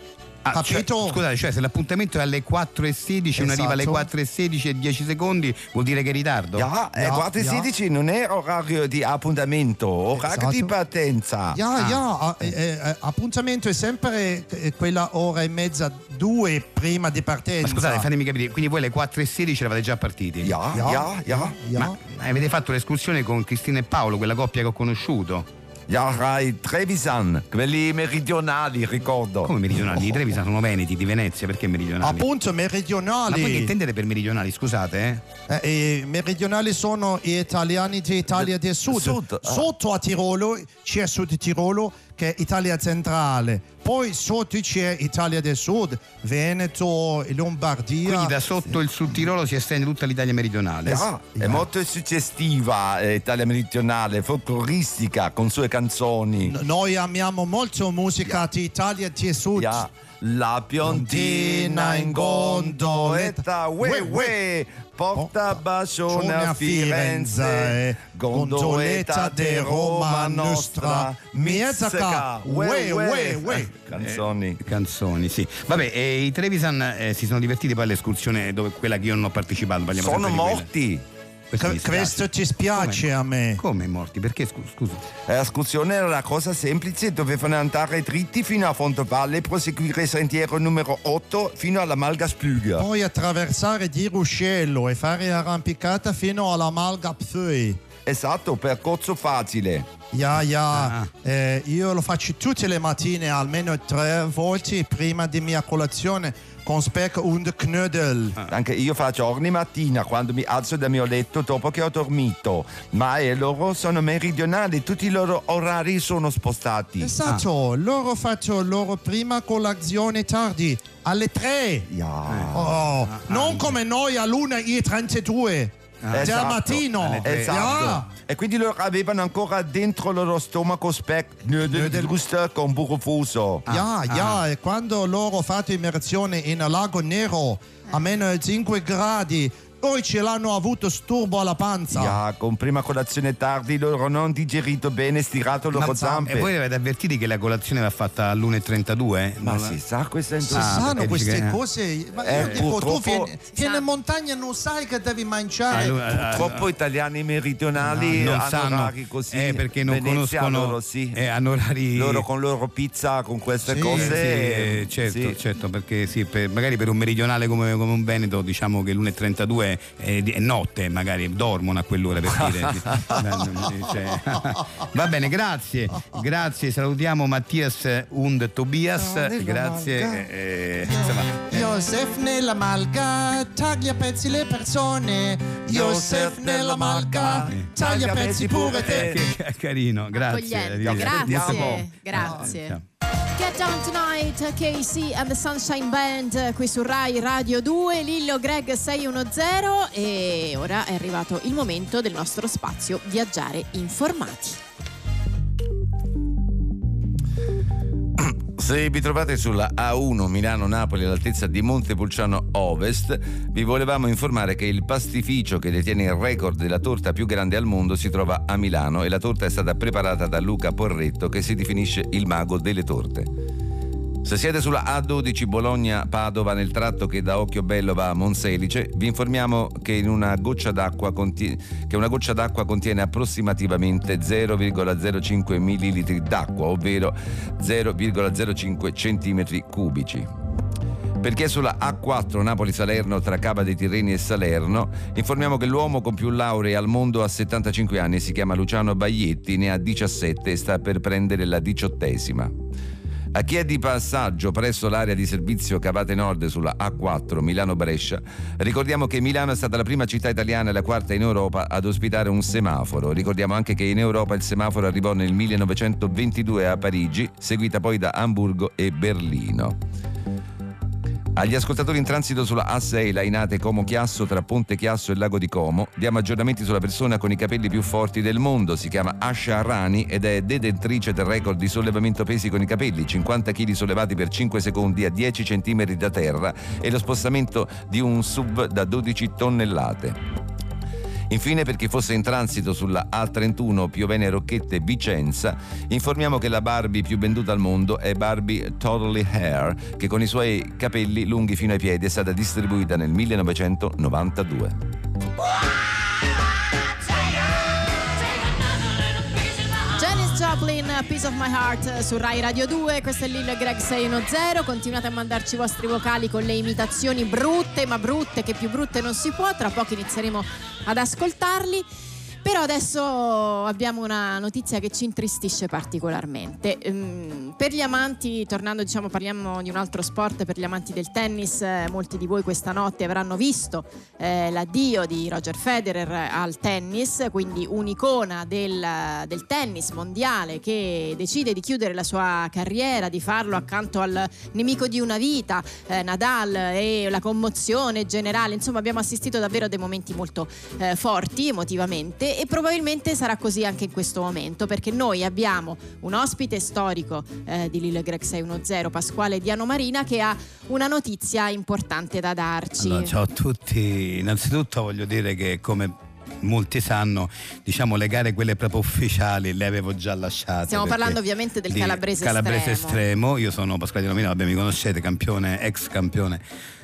[SPEAKER 2] Ah, cioè,
[SPEAKER 7] Capito?
[SPEAKER 2] scusate, cioè se l'appuntamento è alle 4.16, uno arriva alle
[SPEAKER 7] Esatto.
[SPEAKER 2] 4.16 e 10 secondi, vuol dire che è in ritardo?
[SPEAKER 9] Ah, eh,
[SPEAKER 7] Ja,
[SPEAKER 9] 4.16 non è orario di appuntamento, orario
[SPEAKER 7] Esatto.
[SPEAKER 9] di
[SPEAKER 2] Ah,
[SPEAKER 9] partenza.
[SPEAKER 7] Ja, ja, eh, eh, appuntamento è sempre eh, quella ora e mezza, due prima di partenza.
[SPEAKER 2] Ma
[SPEAKER 9] Esatto.
[SPEAKER 2] scusate, fatemi capire, quindi voi alle 4.16 eravate già partiti?
[SPEAKER 9] Ja,
[SPEAKER 7] Ja,
[SPEAKER 9] ja, ja.
[SPEAKER 7] ja.
[SPEAKER 2] Ma avete fatto l'escursione con Cristina e Paolo, quella coppia che ho conosciuto?
[SPEAKER 9] Ja, Rai Trevisan, quelli meridionali, ricordo. Ah,
[SPEAKER 2] Come meridionali? I Trevisan sono veneti di Venezia, perché meridionali?
[SPEAKER 7] Appunto,
[SPEAKER 2] Ma voi che
[SPEAKER 7] meridionali.
[SPEAKER 2] intendete per meridionali, scusate? Eh?
[SPEAKER 7] Eh, eh, meridionali sono gli italiani di Italia del Sud.
[SPEAKER 9] Sud, ah.
[SPEAKER 7] Sotto a Tirolo c'è Sud Tirolo che è Italia centrale, poi sotto c'è Italia del Sud, Veneto, Lombardia.
[SPEAKER 9] Ah,
[SPEAKER 2] Quindi da sotto il Sud Tirolo si estende tutta l'Italia meridionale.
[SPEAKER 7] Ah,
[SPEAKER 9] Ja, è molto suggestiva eh, Italia meridionale, folcloristica con sue canzoni.
[SPEAKER 7] N- Noi amiamo molto musica di Italia del Sud.
[SPEAKER 9] Ja, la piondina in gondoletta, ue ue, porta bacione a Firenze, gondoletta de Roma nostra, mizzica, ue ue ue. Canzoni.
[SPEAKER 2] Eh, Canzoni, sì. Vabbè, e i Trevisan eh, si sono divertiti poi all'escursione dove quella che io non ho partecipato. parliamo
[SPEAKER 9] Sono
[SPEAKER 2] sempre di quella.
[SPEAKER 9] morti.
[SPEAKER 2] Questo
[SPEAKER 7] Cre-
[SPEAKER 2] mi dispiace.
[SPEAKER 7] questo ci spiace
[SPEAKER 2] Come?
[SPEAKER 7] a me.
[SPEAKER 2] Come morti? Perché scu- scusa?
[SPEAKER 9] Eh, L'escursione era una cosa semplice, dovevano andare dritti fino a Fontovalle e proseguire il sentiero numero 8 fino alla Malga Splüga.
[SPEAKER 7] Poi attraversare di Ruscello e fare arrampicata fino alla Malga Pfui.
[SPEAKER 9] Esatto, percorso facile.
[SPEAKER 7] Ya, ya,
[SPEAKER 2] Ah.
[SPEAKER 7] eh, io lo faccio tutte le mattine, almeno tre volte prima di mia colazione con speck und knödel.
[SPEAKER 2] Ah.
[SPEAKER 9] Anche io faccio ogni mattina quando mi alzo dal mio letto dopo che ho dormito. Ma eh, loro sono meridionali, tutti i loro orari sono spostati.
[SPEAKER 7] Esatto,
[SPEAKER 9] Ah.
[SPEAKER 7] loro faccio loro prima colazione tardi, alle tre.
[SPEAKER 9] Yeah.
[SPEAKER 7] Oh,
[SPEAKER 9] ah,
[SPEAKER 7] non come noi all'una e 32 del
[SPEAKER 9] Esatto,
[SPEAKER 7] mattino.
[SPEAKER 9] alle tre. Esatto.
[SPEAKER 7] Ya.
[SPEAKER 9] e quindi loro avevano ancora dentro il loro stomaco spec eh, Nudelguster con burro fuso.
[SPEAKER 2] Ah.
[SPEAKER 9] Ah.
[SPEAKER 8] Ja, ja, quando loro fatto immersione in lago nero a meno 5 gradi, poi ce l'hanno avuto sturbo alla panza.
[SPEAKER 9] Ja, con prima colazione tardi loro non digerito bene, stirato le loro zampe.
[SPEAKER 2] E voi avete avvertiti che la colazione va fatta all'1.32? eh?
[SPEAKER 9] Ma
[SPEAKER 2] Non la-
[SPEAKER 9] si sa questa è
[SPEAKER 8] Si
[SPEAKER 9] intuizione?
[SPEAKER 8] sanno
[SPEAKER 2] perché
[SPEAKER 8] queste
[SPEAKER 2] dice che-
[SPEAKER 8] cose, ma
[SPEAKER 9] Eh,
[SPEAKER 8] io dico tu
[SPEAKER 9] purtroppo-
[SPEAKER 8] vieni, vieni in montagna e non sai che devi mangiare.
[SPEAKER 2] Ah, lui- ah, ah,
[SPEAKER 9] Eh, Purtroppo italiani meridionali
[SPEAKER 2] non
[SPEAKER 9] hanno
[SPEAKER 2] sanno.
[SPEAKER 9] orari così.
[SPEAKER 2] Eh, perché non
[SPEAKER 9] Venezia
[SPEAKER 2] conoscono-
[SPEAKER 9] loro sì.
[SPEAKER 2] eh, hanno orari-
[SPEAKER 9] Loro con loro pizza, con queste
[SPEAKER 8] Sì,
[SPEAKER 2] Eh,
[SPEAKER 9] cose.
[SPEAKER 2] sì, eh, certo,
[SPEAKER 9] sì.
[SPEAKER 2] certo, perché sì, per- magari per un meridionale come, come un Veneto diciamo che l'1.32 è, di- è notte, magari dormono a quell'ora per dire.
[SPEAKER 9] <laughs>
[SPEAKER 2] Sì. Cioè, <laughs> Va bene, grazie, grazie, salutiamo Mattias und Tobias,
[SPEAKER 8] No, nella
[SPEAKER 2] grazie.
[SPEAKER 8] Valga.
[SPEAKER 2] eh, insomma,
[SPEAKER 8] Joseph nella malga taglia a pezzi le persone. Joseph nella malga taglia a pezzi pure te.
[SPEAKER 2] che- che carino, grazie.
[SPEAKER 1] Accogliente.
[SPEAKER 2] arrivederci.
[SPEAKER 1] Grazie,
[SPEAKER 9] Salutiamo.
[SPEAKER 1] grazie.
[SPEAKER 2] Ciao.
[SPEAKER 1] Get Down Tonight, KC and the Sunshine Band eh, qui su Rai Radio 2, Lillo Greg 610 e ora è arrivato il momento del nostro spazio Viaggiare Informati.
[SPEAKER 5] Se vi trovate sulla A1 Milano-Napoli all'altezza di Montepulciano Ovest, vi volevamo informare che il pastificio che detiene il record della torta più grande al mondo si trova a Milano e la torta è stata preparata da Luca Porretto che si definisce il mago delle torte. Se siete sulla A12 Bologna-Padova nel tratto che da Occhiobello va a Monselice, vi informiamo che, in una, goccia d'acqua conti- che una goccia d'acqua contiene approssimativamente 0,05 ml d'acqua, ovvero 0,05 cm cubici. Per chi è sulla A4 Napoli-Salerno tra Cava dei Tirreni e Salerno, informiamo che l'uomo con più lauree al mondo ha 75 anni, si chiama Luciano Baglietti, ne ha 17 e sta per prendere la diciottesima. A chi è di passaggio presso l'area di servizio Cavate Nord sulla A4 Milano-Brescia, ricordiamo che Milano è stata la prima città italiana e la quarta in Europa ad ospitare un semaforo. Ricordiamo anche che in Europa il semaforo arrivò nel 1922 a Parigi, seguita poi da Amburgo e Berlino. Agli ascoltatori in transito sulla A6 Lainate Como Chiasso tra Ponte Chiasso e Lago di Como diamo aggiornamenti sulla persona con i capelli più forti del mondo. Si chiama Asha Rani ed è detentrice del record di sollevamento pesi con i capelli, 50 kg sollevati per 5 secondi a 10 cm da terra e lo spostamento di un sub da 12 tonnellate. Infine, per chi fosse in transito sulla A31 Piovene Rocchette Vicenza, informiamo che la Barbie più venduta al mondo è Barbie Totally Hair, che con i suoi capelli lunghi fino ai piedi è stata distribuita nel 1992.
[SPEAKER 1] Janis Joplin, Piece of My Heart eh, su Rai Radio 2, questo è Lillo Greg 610, continuate a mandarci i vostri vocali con le imitazioni brutte, ma brutte che più brutte non si può, tra poco inizieremo ad ascoltarli. Però adesso abbiamo una notizia che ci intristisce particolarmente. Ehm, Per gli amanti, tornando diciamo parliamo di un altro sport, per gli amanti del tennis, eh, molti di voi questa notte avranno visto eh, l'addio di Roger Federer al tennis, quindi un'icona del, del tennis mondiale che decide di chiudere la sua carriera, di farlo accanto al nemico di una vita, eh, Nadal, e la commozione generale. Insomma, abbiamo assistito davvero a dei momenti molto eh, forti emotivamente e probabilmente sarà così anche in questo momento perché noi abbiamo un ospite storico eh, di Lille Greg 610, Pasquale Diano Marina, che ha una notizia importante da darci.
[SPEAKER 2] Allora, ciao a tutti, innanzitutto voglio dire che come molti sanno, diciamo le gare quelle proprio ufficiali le avevo già lasciate.
[SPEAKER 1] Stiamo
[SPEAKER 2] perché-
[SPEAKER 1] parlando ovviamente del
[SPEAKER 2] di
[SPEAKER 1] calabrese,
[SPEAKER 2] Calabrese
[SPEAKER 1] estremo.
[SPEAKER 2] estremo. Io sono Pasquale Di Nomino, vabbè, mi conoscete, campione, ex campione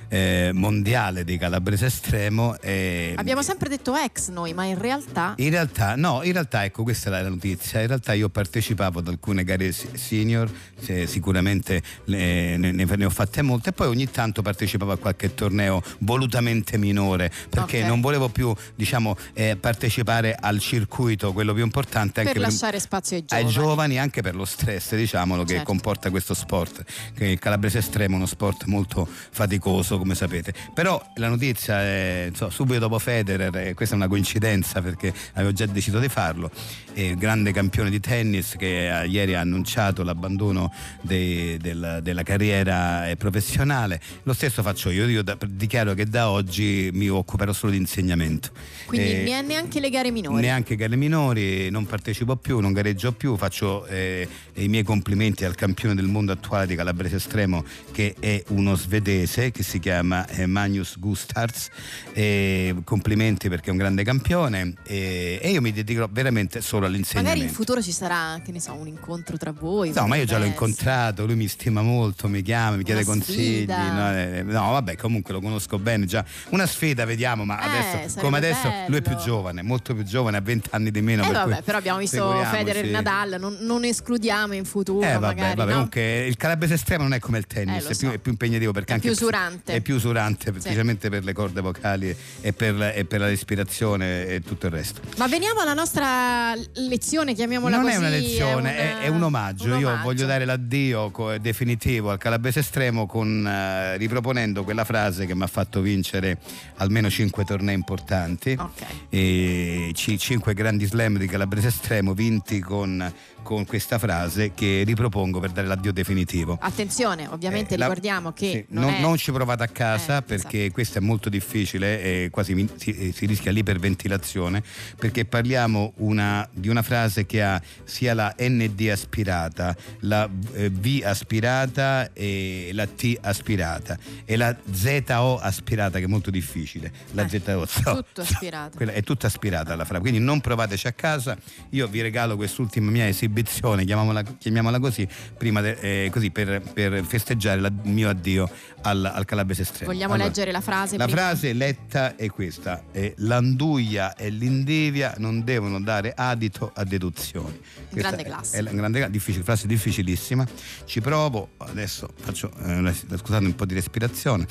[SPEAKER 2] eh, mondiale di Calabrese estremo. e-
[SPEAKER 1] Abbiamo sempre detto ex noi, ma in realtà
[SPEAKER 2] in realtà, no, in realtà, ecco, questa era la notizia. In realtà io partecipavo ad alcune gare si- senior, se- sicuramente le- ne, ne- ne ho fatte molte, e poi ogni tanto partecipavo a qualche torneo volutamente minore, perché
[SPEAKER 1] Ok.
[SPEAKER 2] non volevo più, diciamo, eh, partecipare al circuito, quello più importante.
[SPEAKER 1] Per lasciare spazio ai giovani.
[SPEAKER 2] anche per lo stress, diciamolo, che
[SPEAKER 1] Certo.
[SPEAKER 2] comporta questo sport. Che il calabrese estremo è uno sport molto faticoso, come sapete. Però la notizia è insomma, subito dopo Federer, eh, questa è una coincidenza perché avevo già deciso di farlo, eh, il grande campione di tennis che eh, ieri ha annunciato l'abbandono de- della, della carriera eh, professionale. Lo stesso faccio io, io da- dichiaro che da oggi mi occuperò solo di insegnamento.
[SPEAKER 1] Quindi
[SPEAKER 2] Eh,
[SPEAKER 1] ne- neanche le gare minori.
[SPEAKER 2] Neanche gare minori, non partecipo più, non gareggio più, faccio eh, i miei complimenti al campione del mondo attuale di Calabrese Estremo che è uno svedese che si chiama eh, Magnus Gustars, eh, complimenti perché è un grande campione eh, e io mi dedicherò veramente solo
[SPEAKER 1] Magari in
[SPEAKER 2] all'insegnamento.
[SPEAKER 1] futuro ci sarà, che ne so, un incontro tra voi.
[SPEAKER 2] No, ma io
[SPEAKER 1] potrebbe
[SPEAKER 2] già l'ho
[SPEAKER 1] essere.
[SPEAKER 2] incontrato, lui mi stima molto, mi chiama, mi chiede
[SPEAKER 1] Una
[SPEAKER 2] consigli.
[SPEAKER 1] sfida.
[SPEAKER 2] No, eh, no, vabbè, comunque lo conosco bene già. Una sfida, vediamo, ma
[SPEAKER 1] Eh,
[SPEAKER 2] adesso,
[SPEAKER 1] sarebbe
[SPEAKER 2] come adesso, lui è più
[SPEAKER 1] bello.
[SPEAKER 2] giovane, molto più giovane, ha 20 anni di meno.
[SPEAKER 1] Eh
[SPEAKER 2] per
[SPEAKER 1] vabbè,
[SPEAKER 2] cui
[SPEAKER 1] però abbiamo visto
[SPEAKER 2] figuriamoci.
[SPEAKER 1] Federer e Nadal, non, non escludiamo in futuro
[SPEAKER 2] Eh, vabbè,
[SPEAKER 1] magari,
[SPEAKER 2] vabbè,
[SPEAKER 1] no?
[SPEAKER 2] comunque il calabrese estremo non è come il
[SPEAKER 1] Eh,
[SPEAKER 2] tennis,
[SPEAKER 1] lo
[SPEAKER 2] è, più,
[SPEAKER 1] so.
[SPEAKER 2] è più impegnativo perché
[SPEAKER 1] È
[SPEAKER 2] anche
[SPEAKER 1] più usurante.
[SPEAKER 2] È più usurante,
[SPEAKER 1] Sì.
[SPEAKER 2] specialmente per le corde vocali e per, la- e per la respirazione e tutto il resto.
[SPEAKER 1] Ma veniamo alla nostra lezione, chiamiamola
[SPEAKER 2] non
[SPEAKER 1] così.
[SPEAKER 2] è una lezione, è,
[SPEAKER 1] una-
[SPEAKER 2] è un omaggio.
[SPEAKER 1] un eh,
[SPEAKER 2] Io
[SPEAKER 1] omaggio.
[SPEAKER 2] voglio dare l'addio co- definitivo al calabrese estremo con, eh, riproponendo quella frase che mi ha fatto vincere almeno cinque tornei importanti.
[SPEAKER 1] Ok.
[SPEAKER 2] E ci- cinque grandi slam di calabrese estremo vinti con, con questa frase che ripropongo per dare l'addio definitivo.
[SPEAKER 1] Attenzione, ovviamente
[SPEAKER 2] Eh, la-
[SPEAKER 1] ricordiamo che
[SPEAKER 2] sì,
[SPEAKER 1] non,
[SPEAKER 2] non,
[SPEAKER 1] è-
[SPEAKER 2] non ci provate a casa
[SPEAKER 1] Eh,
[SPEAKER 2] perché questo è molto difficile e quasi mi- si, si rischia l'iperventilazione perché parliamo una- di una frase che ha sia la ND aspirata, la eh, V aspirata e la T aspirata e la ZO aspirata che è molto difficile. La
[SPEAKER 1] Eh,
[SPEAKER 2] ZO so-
[SPEAKER 1] tutto
[SPEAKER 2] so-
[SPEAKER 1] aspirato.
[SPEAKER 2] quella è tutta aspirata la frase, quindi non provateci a casa. Io vi regalo quest'ultima mia esibizione, chiamiamola, chiamiamola così, prima de- eh, così per, per festeggiare la- il mio addio al, al Calabrese Estremo.
[SPEAKER 1] Vogliamo
[SPEAKER 2] Allora,
[SPEAKER 1] leggere la frase?
[SPEAKER 2] La
[SPEAKER 1] prima?
[SPEAKER 2] frase letta è questa: eh, L'anduia e l'indevia non devono dare adito a deduzioni. Questa
[SPEAKER 1] Grande
[SPEAKER 2] è-
[SPEAKER 1] classe.
[SPEAKER 2] È, la grande classe, difficile, frase difficilissima. Ci provo, adesso faccio, eh, scusate un po' di respirazione.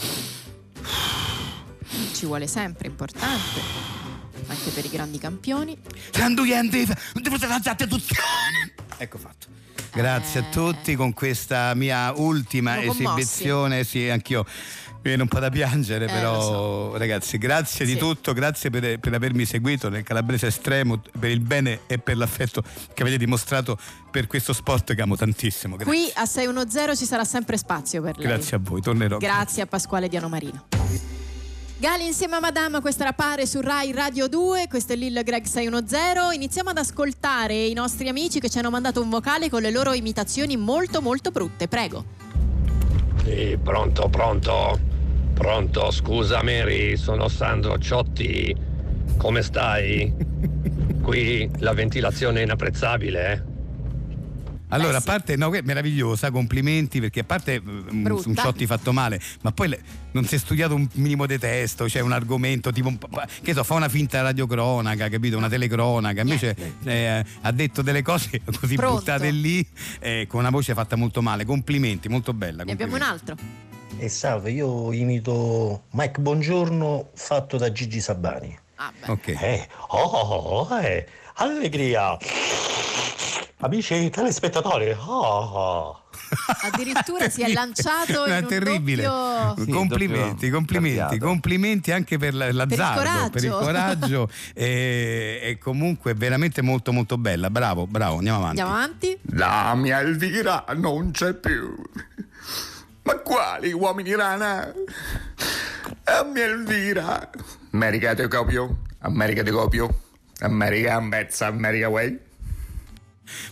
[SPEAKER 1] Ci vuole sempre, importante. Anche per i grandi campioni.
[SPEAKER 2] Ecco fatto. Grazie a tutti con questa mia ultima
[SPEAKER 1] Eh. Sono commossi.
[SPEAKER 2] esibizione, sì, anch'io mi viene un po' da piangere,
[SPEAKER 1] Eh,
[SPEAKER 2] però
[SPEAKER 1] lo
[SPEAKER 2] ragazzi, grazie
[SPEAKER 1] Sì.
[SPEAKER 2] di tutto, grazie per, per avermi seguito nel Calabrese Estremo, per il bene e per l'affetto che avete dimostrato per questo sport che amo tantissimo. Gra-
[SPEAKER 1] Qui a 610 ci sarà sempre spazio per lei.
[SPEAKER 2] Grazie a voi, tornerò.
[SPEAKER 1] Grazie a Pasquale Diano Marino. Gali insieme a Madama, questa era Pare su Rai Radio 2, questo è Lil Greg 610. Iniziamo ad ascoltare i nostri amici che ci hanno mandato un vocale con le loro imitazioni molto molto brutte, prego.
[SPEAKER 10] Sì, pronto, pronto, pronto, scusa Mary, sono Sandro Ciotti, come stai? Qui la ventilazione è inapprezzabile, eh?
[SPEAKER 2] Allora,
[SPEAKER 1] Beh,
[SPEAKER 2] a
[SPEAKER 1] Eh, sì.
[SPEAKER 2] parte, no, che è meravigliosa, complimenti perché a parte mm,
[SPEAKER 1] Brutta.
[SPEAKER 2] un ciotti fatto male, ma poi le- non si è studiato un minimo di testo, cioè un argomento tipo, un po'- che so, fa una finta radiocronaca, capito? Una telecronaca, invece eh, ha detto delle cose <laughs> così
[SPEAKER 1] Pronto.
[SPEAKER 2] buttate lì eh, con una voce fatta molto male. Complimenti, molto bella.
[SPEAKER 1] Ne abbiamo un
[SPEAKER 2] complimenti.
[SPEAKER 1] altro.
[SPEAKER 10] E salve, io imito Mike Buongiorno fatto da Gigi Sabani.
[SPEAKER 1] Ah, beh.
[SPEAKER 2] Ok.
[SPEAKER 10] Eh, oh, oh, oh, eh, allegria! Amici telespettatori, oh, oh.
[SPEAKER 2] <laughs>
[SPEAKER 1] Addirittura si è lanciato in
[SPEAKER 2] È
[SPEAKER 1] un
[SPEAKER 2] terribile.
[SPEAKER 1] doppio-
[SPEAKER 9] Sì,
[SPEAKER 2] complimenti,
[SPEAKER 9] doppio
[SPEAKER 2] complimenti,
[SPEAKER 9] cardiato.
[SPEAKER 2] complimenti anche per la- l'azzardo,
[SPEAKER 1] coraggio.
[SPEAKER 2] per il
[SPEAKER 1] <laughs>
[SPEAKER 2] coraggio. e, e comunque veramente molto molto bella. Bravo, bravo, andiamo avanti.
[SPEAKER 1] Andiamo avanti.
[SPEAKER 9] La mia Elvira non c'è più. Ma quali uomini rana? La mia Elvira. America te copio. America te copio. America ammezza, America way.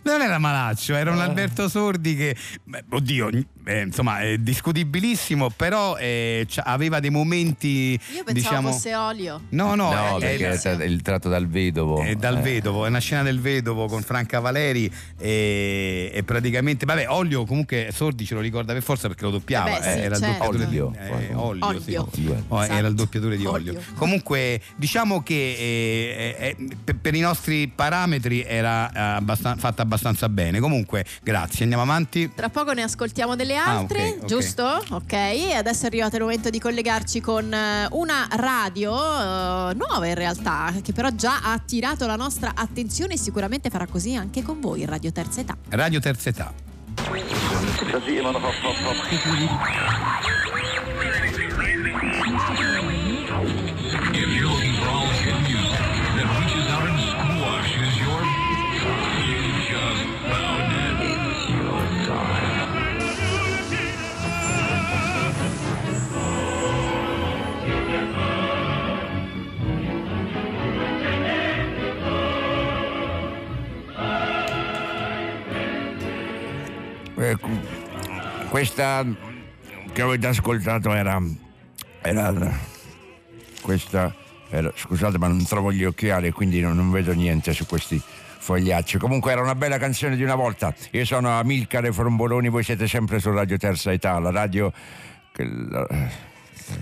[SPEAKER 2] Non era Malaccio, era
[SPEAKER 1] Eh.
[SPEAKER 2] un Alberto Sordi che, beh, oddio, eh, insomma, è discutibilissimo, però eh, c'ha- aveva dei momenti,
[SPEAKER 1] Io pensavo
[SPEAKER 2] diciamo...
[SPEAKER 1] fosse olio.
[SPEAKER 2] No, no,
[SPEAKER 5] No,
[SPEAKER 2] è-
[SPEAKER 1] eh,
[SPEAKER 5] perché
[SPEAKER 2] è,
[SPEAKER 5] è stato il tratto dal vedovo.
[SPEAKER 2] è dal
[SPEAKER 5] Eh.
[SPEAKER 2] vedovo, è una scena del vedovo con Franca Valeri e, e praticamente, vabbè, Olio comunque Sordi ce lo ricorda per forza perché lo doppiava,
[SPEAKER 1] Eh beh, sì,
[SPEAKER 2] eh, era
[SPEAKER 1] certo.
[SPEAKER 2] il doppiatore
[SPEAKER 5] Olio.
[SPEAKER 2] eh, Olio, sì.
[SPEAKER 1] Olio.
[SPEAKER 5] Due.
[SPEAKER 2] Oh,
[SPEAKER 1] Esatto.
[SPEAKER 2] Era il doppiatore di Olio.
[SPEAKER 1] Olio.
[SPEAKER 2] Comunque, diciamo che eh, eh, eh, per, per i nostri parametri era eh, abbastan- fatta abbastanza bene. Comunque, grazie, andiamo avanti.
[SPEAKER 1] Tra poco ne ascoltiamo delle
[SPEAKER 2] Ah,
[SPEAKER 1] altre,
[SPEAKER 2] ok, ok.
[SPEAKER 1] giusto? Ok, e adesso è arrivato il momento di collegarci con eh, una radio eh, nuova in realtà, che però già ha attirato la nostra attenzione e sicuramente farà così anche con voi, Radio Terza Età.
[SPEAKER 2] Radio Terza Età. <laughs>
[SPEAKER 11] Eh, questa che avete ascoltato era, era questa era- scusate ma non trovo gli occhiali quindi non, non vedo niente su questi fogliacci comunque era una bella canzone di una volta io sono Amilcare Fromboloni voi siete sempre su Radio Terza Età la radio che la-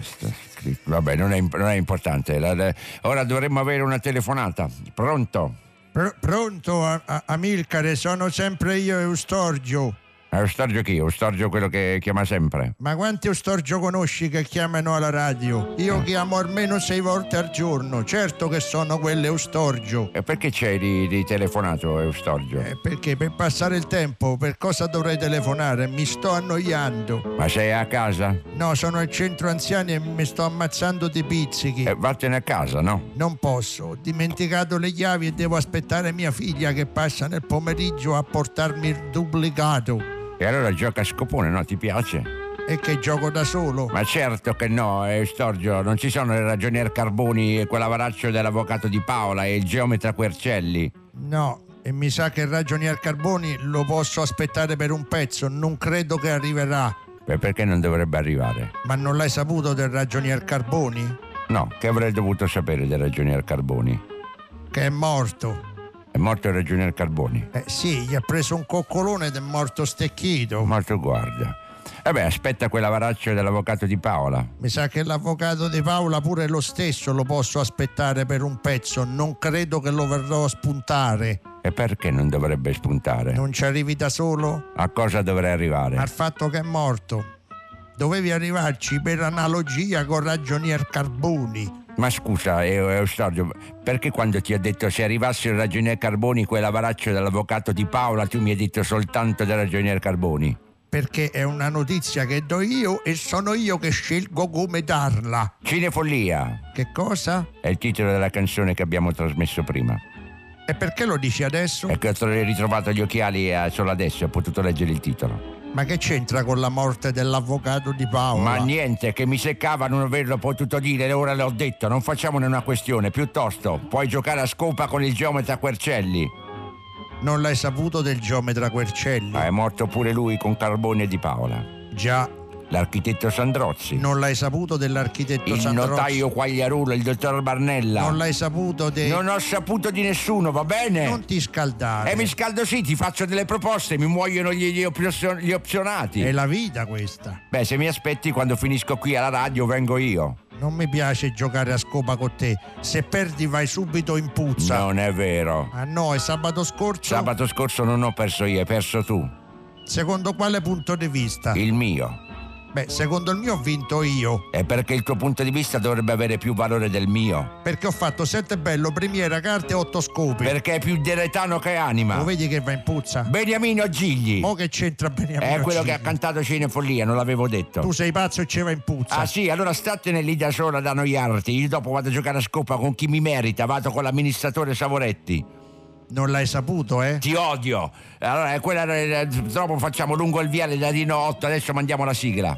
[SPEAKER 11] sta scritto- vabbè non è, imp- non è importante La- la- ora dovremmo avere una telefonata pronto
[SPEAKER 12] Pr- pronto, a- a- Amilcare, sono sempre io Eustorgio.
[SPEAKER 11] Eustorgio Eh, chi? Eustorgio quello che chiama sempre
[SPEAKER 12] Ma quanti Eustorgio conosci che chiamano alla radio? Io chiamo almeno sei volte al giorno, certo che sono quelle Eustorgio. Eh.
[SPEAKER 11] E perché c'è di, di telefonato Eustorgio?
[SPEAKER 12] Perché per passare il tempo, per cosa dovrei telefonare? Mi sto annoiando.
[SPEAKER 11] Ma sei a casa? Eh,
[SPEAKER 12] No, sono al centro anziani e mi sto ammazzando di pizzichi.
[SPEAKER 11] Eh, vattene a casa, no?
[SPEAKER 12] Non posso, ho dimenticato le chiavi e devo aspettare mia figlia che passa nel pomeriggio a portarmi il duplicato.
[SPEAKER 11] E allora gioca a scopone, no? Ti piace?
[SPEAKER 12] E che gioco da solo.
[SPEAKER 11] Ma certo che no, Eustorgio, non ci sono il ragionier Carboni e quell'avaraccio dell'avvocato di Paola e il geometra Quercelli.
[SPEAKER 12] No, e mi sa che il ragionier Carboni lo posso aspettare per un pezzo, non credo che arriverà.
[SPEAKER 11] Beh, perché non dovrebbe arrivare?
[SPEAKER 12] Ma non l'hai saputo del ragionier Carboni?
[SPEAKER 11] No, che avrei dovuto sapere del ragionier Carboni?
[SPEAKER 12] Che è morto.
[SPEAKER 11] È morto il ragionier Carboni.
[SPEAKER 12] Eh sì, gli ha preso un coccolone ed è morto stecchito.
[SPEAKER 11] Morto guarda. E beh, aspetta quell'avaraccio dell'avvocato di Paola.
[SPEAKER 12] Mi sa che l'avvocato di Paola pure lo stesso lo posso aspettare per un pezzo, non credo che lo verrò a spuntare.
[SPEAKER 11] E perché non dovrebbe spuntare?
[SPEAKER 12] Non ci arrivi da solo?
[SPEAKER 11] A cosa dovrei arrivare?
[SPEAKER 12] Al fatto che è morto. Dovevi arrivarci per analogia con ragionier Carboni.
[SPEAKER 11] Ma scusa, E- Eustorgio, perché quando ti ho detto se arrivasse il ragionier Carboni, quell'avaraccio dell'avvocato di Paola, tu mi hai detto soltanto del ragionier Carboni?
[SPEAKER 12] Perché è una notizia che do io e sono io che scelgo come darla.
[SPEAKER 11] Cinefollia
[SPEAKER 12] Che cosa?
[SPEAKER 11] è il titolo della canzone che abbiamo trasmesso prima.
[SPEAKER 12] E perché lo dici adesso?
[SPEAKER 11] Ecco, ho ritrovato gli occhiali eh, solo adesso, ho potuto leggere il titolo.
[SPEAKER 12] Ma che c'entra con la morte dell'avvocato di Paola?
[SPEAKER 11] Ma niente, che mi seccava non averlo potuto dire, ora l'ho detto, non facciamone una questione, piuttosto puoi giocare a scopa con il geometra Quercelli.
[SPEAKER 12] Non l'hai saputo del geometra Quercelli?
[SPEAKER 11] Ma Ah, è morto pure lui con Carbone di Paola.
[SPEAKER 12] Già,
[SPEAKER 11] L'architetto Sandrozzi.
[SPEAKER 12] non l'hai saputo dell'architetto
[SPEAKER 11] Il
[SPEAKER 12] Sandrozzi?
[SPEAKER 11] notaio Quagliarulo, il dottor Barnella.
[SPEAKER 12] Non l'hai saputo dei...
[SPEAKER 11] Non ho saputo di nessuno, va bene? Eh,
[SPEAKER 12] Non ti scaldare.
[SPEAKER 11] E mi scaldo sì, ti faccio delle proposte, mi muoiono gli, gli opzio- gli opzionati.
[SPEAKER 12] È la vita questa.
[SPEAKER 11] Beh, se mi aspetti quando finisco qui alla radio vengo io.
[SPEAKER 12] Non mi piace giocare a scopa con te. Se perdi vai subito in puzza.
[SPEAKER 11] Non è vero.
[SPEAKER 12] Ah no, è sabato scorso?
[SPEAKER 11] Sabato scorso non ho perso io, hai perso tu.
[SPEAKER 12] Secondo quale punto di vista?
[SPEAKER 11] Il mio.
[SPEAKER 12] Beh, secondo il mio ho vinto io.
[SPEAKER 11] È perché il tuo punto di vista dovrebbe avere più valore del mio.
[SPEAKER 12] Perché ho fatto sette bello, primiera, carte e otto scopi.
[SPEAKER 11] Perché è più deretano che anima.
[SPEAKER 12] Lo vedi che va in puzza?
[SPEAKER 11] Beniamino Gigli.
[SPEAKER 12] Mo che c'entra Beniamino
[SPEAKER 11] È quello che ha
[SPEAKER 12] Gigli?
[SPEAKER 11] cantato Cinefollia, non l'avevo detto.
[SPEAKER 12] Tu sei pazzo e ci va in puzza.
[SPEAKER 11] Ah sì, allora statene lì da sola ad annoiarti. Io dopo vado a giocare a scopa con chi mi merita, vado con l'amministratore Savoretti.
[SPEAKER 12] Non l'hai saputo, eh?
[SPEAKER 11] Ti odio. Allora, eh, quella eh, dopo facciamo lungo il viale da Dino 8, adesso mandiamo la sigla.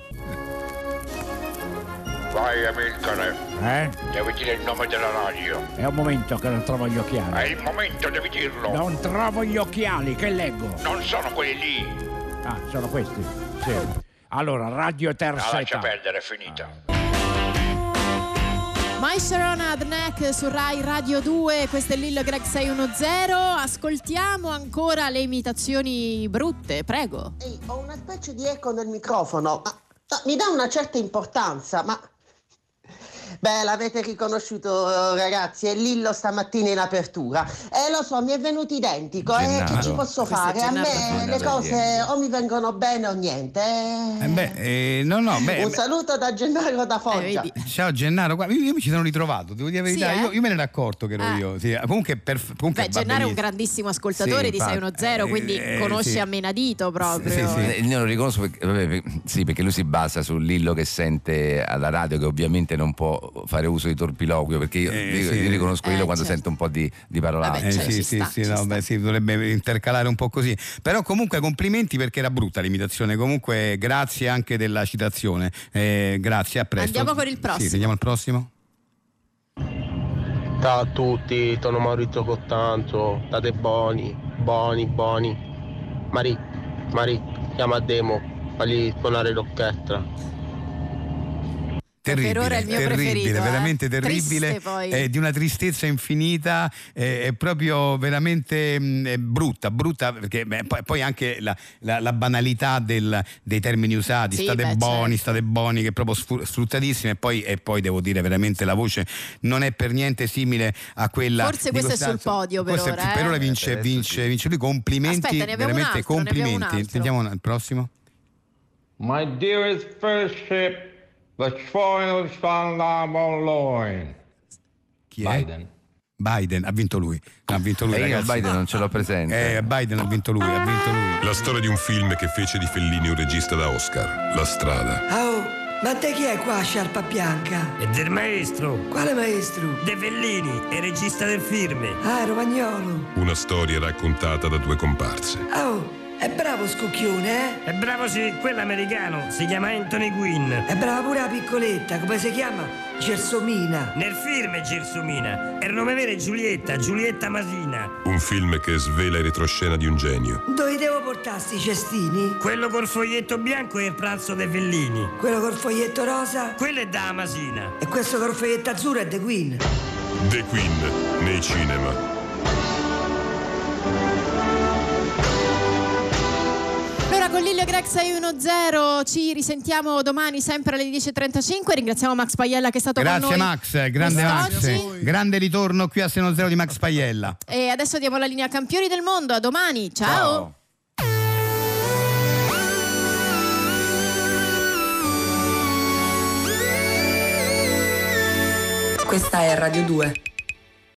[SPEAKER 13] Vai Amilcare,
[SPEAKER 14] Eh?
[SPEAKER 13] devi dire il nome della radio.
[SPEAKER 14] È un momento che non trovo gli
[SPEAKER 13] È
[SPEAKER 14] occhiali.
[SPEAKER 13] il momento, devi dirlo.
[SPEAKER 14] Non trovo gli occhiali, che leggo?
[SPEAKER 13] Non sono quelli lì.
[SPEAKER 14] Ah, sono questi. Sì. Allora, Radio
[SPEAKER 13] No,
[SPEAKER 14] Terza
[SPEAKER 13] Ah, lascia
[SPEAKER 14] Età.
[SPEAKER 13] perdere, è finita.
[SPEAKER 1] My Sharona Adnack su Rai Radio 2, questo è Lil Greg 610. Ascoltiamo ancora le imitazioni brutte, prego.
[SPEAKER 15] Ehi, ho una specie di eco nel microfono, ma- ma mi dà una certa importanza, ma Beh, l'avete riconosciuto ragazzi, è Lillo stamattina in apertura. Eh lo so, mi è venuto identico, eh,
[SPEAKER 2] Gennaro.
[SPEAKER 15] che ci
[SPEAKER 2] Questo
[SPEAKER 15] posso
[SPEAKER 2] è
[SPEAKER 15] fare? A
[SPEAKER 2] Gennaro
[SPEAKER 15] me
[SPEAKER 2] Gennaro
[SPEAKER 15] le cose
[SPEAKER 2] Togliatti.
[SPEAKER 15] o mi vengono bene o niente. eh.
[SPEAKER 2] Eh beh, eh, no, no, Eh, beh,
[SPEAKER 15] Un
[SPEAKER 2] beh,
[SPEAKER 15] saluto da Gennaro da Foggia.
[SPEAKER 2] Ciao Gennaro, guarda, io, io mi ci sono ritrovato, devo dire la
[SPEAKER 1] Sì,
[SPEAKER 2] verità,
[SPEAKER 1] eh?
[SPEAKER 2] io, io me ne ero accorto che ero
[SPEAKER 1] Ah.
[SPEAKER 2] io. sì, comunque, per, comunque
[SPEAKER 1] Beh,
[SPEAKER 2] va
[SPEAKER 1] Gennaro è un
[SPEAKER 2] benissimo.
[SPEAKER 1] grandissimo ascoltatore
[SPEAKER 2] Sì,
[SPEAKER 1] di
[SPEAKER 2] infatti,
[SPEAKER 1] 610,
[SPEAKER 2] eh,
[SPEAKER 1] quindi
[SPEAKER 2] eh,
[SPEAKER 1] conosce
[SPEAKER 2] sì.
[SPEAKER 1] a menadito proprio.
[SPEAKER 5] Eh, io lo riconosco perché, vabbè, per- sì, perché lui si basa sul Lillo che sente alla radio, che ovviamente non può fare uso di torpiloquio, perché io,
[SPEAKER 2] Eh,
[SPEAKER 5] io-
[SPEAKER 2] sì.
[SPEAKER 5] io riconosco Lillo
[SPEAKER 2] Eh,
[SPEAKER 5] quando
[SPEAKER 2] certo.
[SPEAKER 5] sento un po' di, di parolacce.
[SPEAKER 1] cioè,
[SPEAKER 2] Eh, sì, sì, sì, no, beh, sì, dovrebbe intercalare un po' così. Però comunque complimenti perché era brutta l'imitazione. Comunque grazie anche della citazione. Eh, grazie, a presto.
[SPEAKER 1] Andiamo con il
[SPEAKER 2] Sì,
[SPEAKER 1] prossimo.
[SPEAKER 2] andiamo al prossimo.
[SPEAKER 16] Ciao a tutti, sono Maurizio Cottanzo, date buoni, buoni, buoni. Mari, Mari, chiama Demo, fagli suonare l'orchestra.
[SPEAKER 2] Terribile,
[SPEAKER 1] Per ora è il mio
[SPEAKER 2] terribile,
[SPEAKER 1] preferito, eh.
[SPEAKER 2] veramente terribile,
[SPEAKER 1] Triste, poi.
[SPEAKER 2] eh, di una tristezza infinita, eh, è proprio veramente mh, è brutta, brutta perché beh, poi, poi anche la, la- la banalità del- dei termini usati,
[SPEAKER 17] Sì,
[SPEAKER 2] state
[SPEAKER 17] beh,
[SPEAKER 2] buoni,
[SPEAKER 17] certo.
[SPEAKER 2] state buoni, che è proprio sfu- sfruttatissima e poi, e poi devo dire veramente la voce non è per niente simile a quella... di
[SPEAKER 1] Forse questo è sul
[SPEAKER 2] Costanzo.
[SPEAKER 1] podio per
[SPEAKER 2] Forse
[SPEAKER 1] ora, eh.
[SPEAKER 2] Per ora vince, vince, vince lui, complimenti,
[SPEAKER 1] Aspetta, ne abbiamo un
[SPEAKER 2] veramente
[SPEAKER 1] altro, ne abbiamo un
[SPEAKER 2] complimenti.
[SPEAKER 1] altro.
[SPEAKER 2] Sentiamo un- il prossimo.
[SPEAKER 18] My dearest friendship, the foreign Shanlam online.
[SPEAKER 2] Chi è? Biden. ha vinto lui. Ha vinto lui.
[SPEAKER 5] Eh, io
[SPEAKER 2] ragazzi.
[SPEAKER 5] Biden non ce l'ho presente.
[SPEAKER 2] Eh, Biden ha vinto lui, ha vinto lui.
[SPEAKER 19] La storia di un film che fece di Fellini un regista da Oscar, La strada.
[SPEAKER 20] Oh, ma te chi è qua, sciarpa bianca?
[SPEAKER 21] E del maestro.
[SPEAKER 20] Quale maestro?
[SPEAKER 21] De Fellini, è regista del film.
[SPEAKER 20] Ah, romagnolo.
[SPEAKER 19] Una storia raccontata da due comparse.
[SPEAKER 20] Oh, è bravo Scucchione, eh?
[SPEAKER 21] E bravo sì, quello americano, si chiama Anthony Quinn.
[SPEAKER 20] È brava pure la piccoletta, come si chiama? Gersomina.
[SPEAKER 21] Nel film è Gersomina, e il nome vero è Giulietta, Giulietta Masina.
[SPEAKER 19] Un film che svela il retroscena di un genio.
[SPEAKER 20] Dove devo portare sti cestini?
[SPEAKER 21] Quello col foglietto bianco è il pranzo De Fellini.
[SPEAKER 20] Quello col foglietto rosa?
[SPEAKER 21] Quello è da Masina.
[SPEAKER 20] E questo col foglietto azzurro è The Queen.
[SPEAKER 19] The Queen nei cinema.
[SPEAKER 1] Allora con Lillo Greg 610 ci risentiamo domani sempre alle 10.35. Ringraziamo Max Paiella che è stato con
[SPEAKER 2] Grazie
[SPEAKER 1] noi.
[SPEAKER 2] Max, eh, grande
[SPEAKER 1] quest'oggi.
[SPEAKER 2] Max. Grande ritorno qui a Seno Zero di Max Paiella.
[SPEAKER 1] E adesso diamo la linea a Campioni del Mondo. A domani, ciao.
[SPEAKER 3] Questa è Radio 2.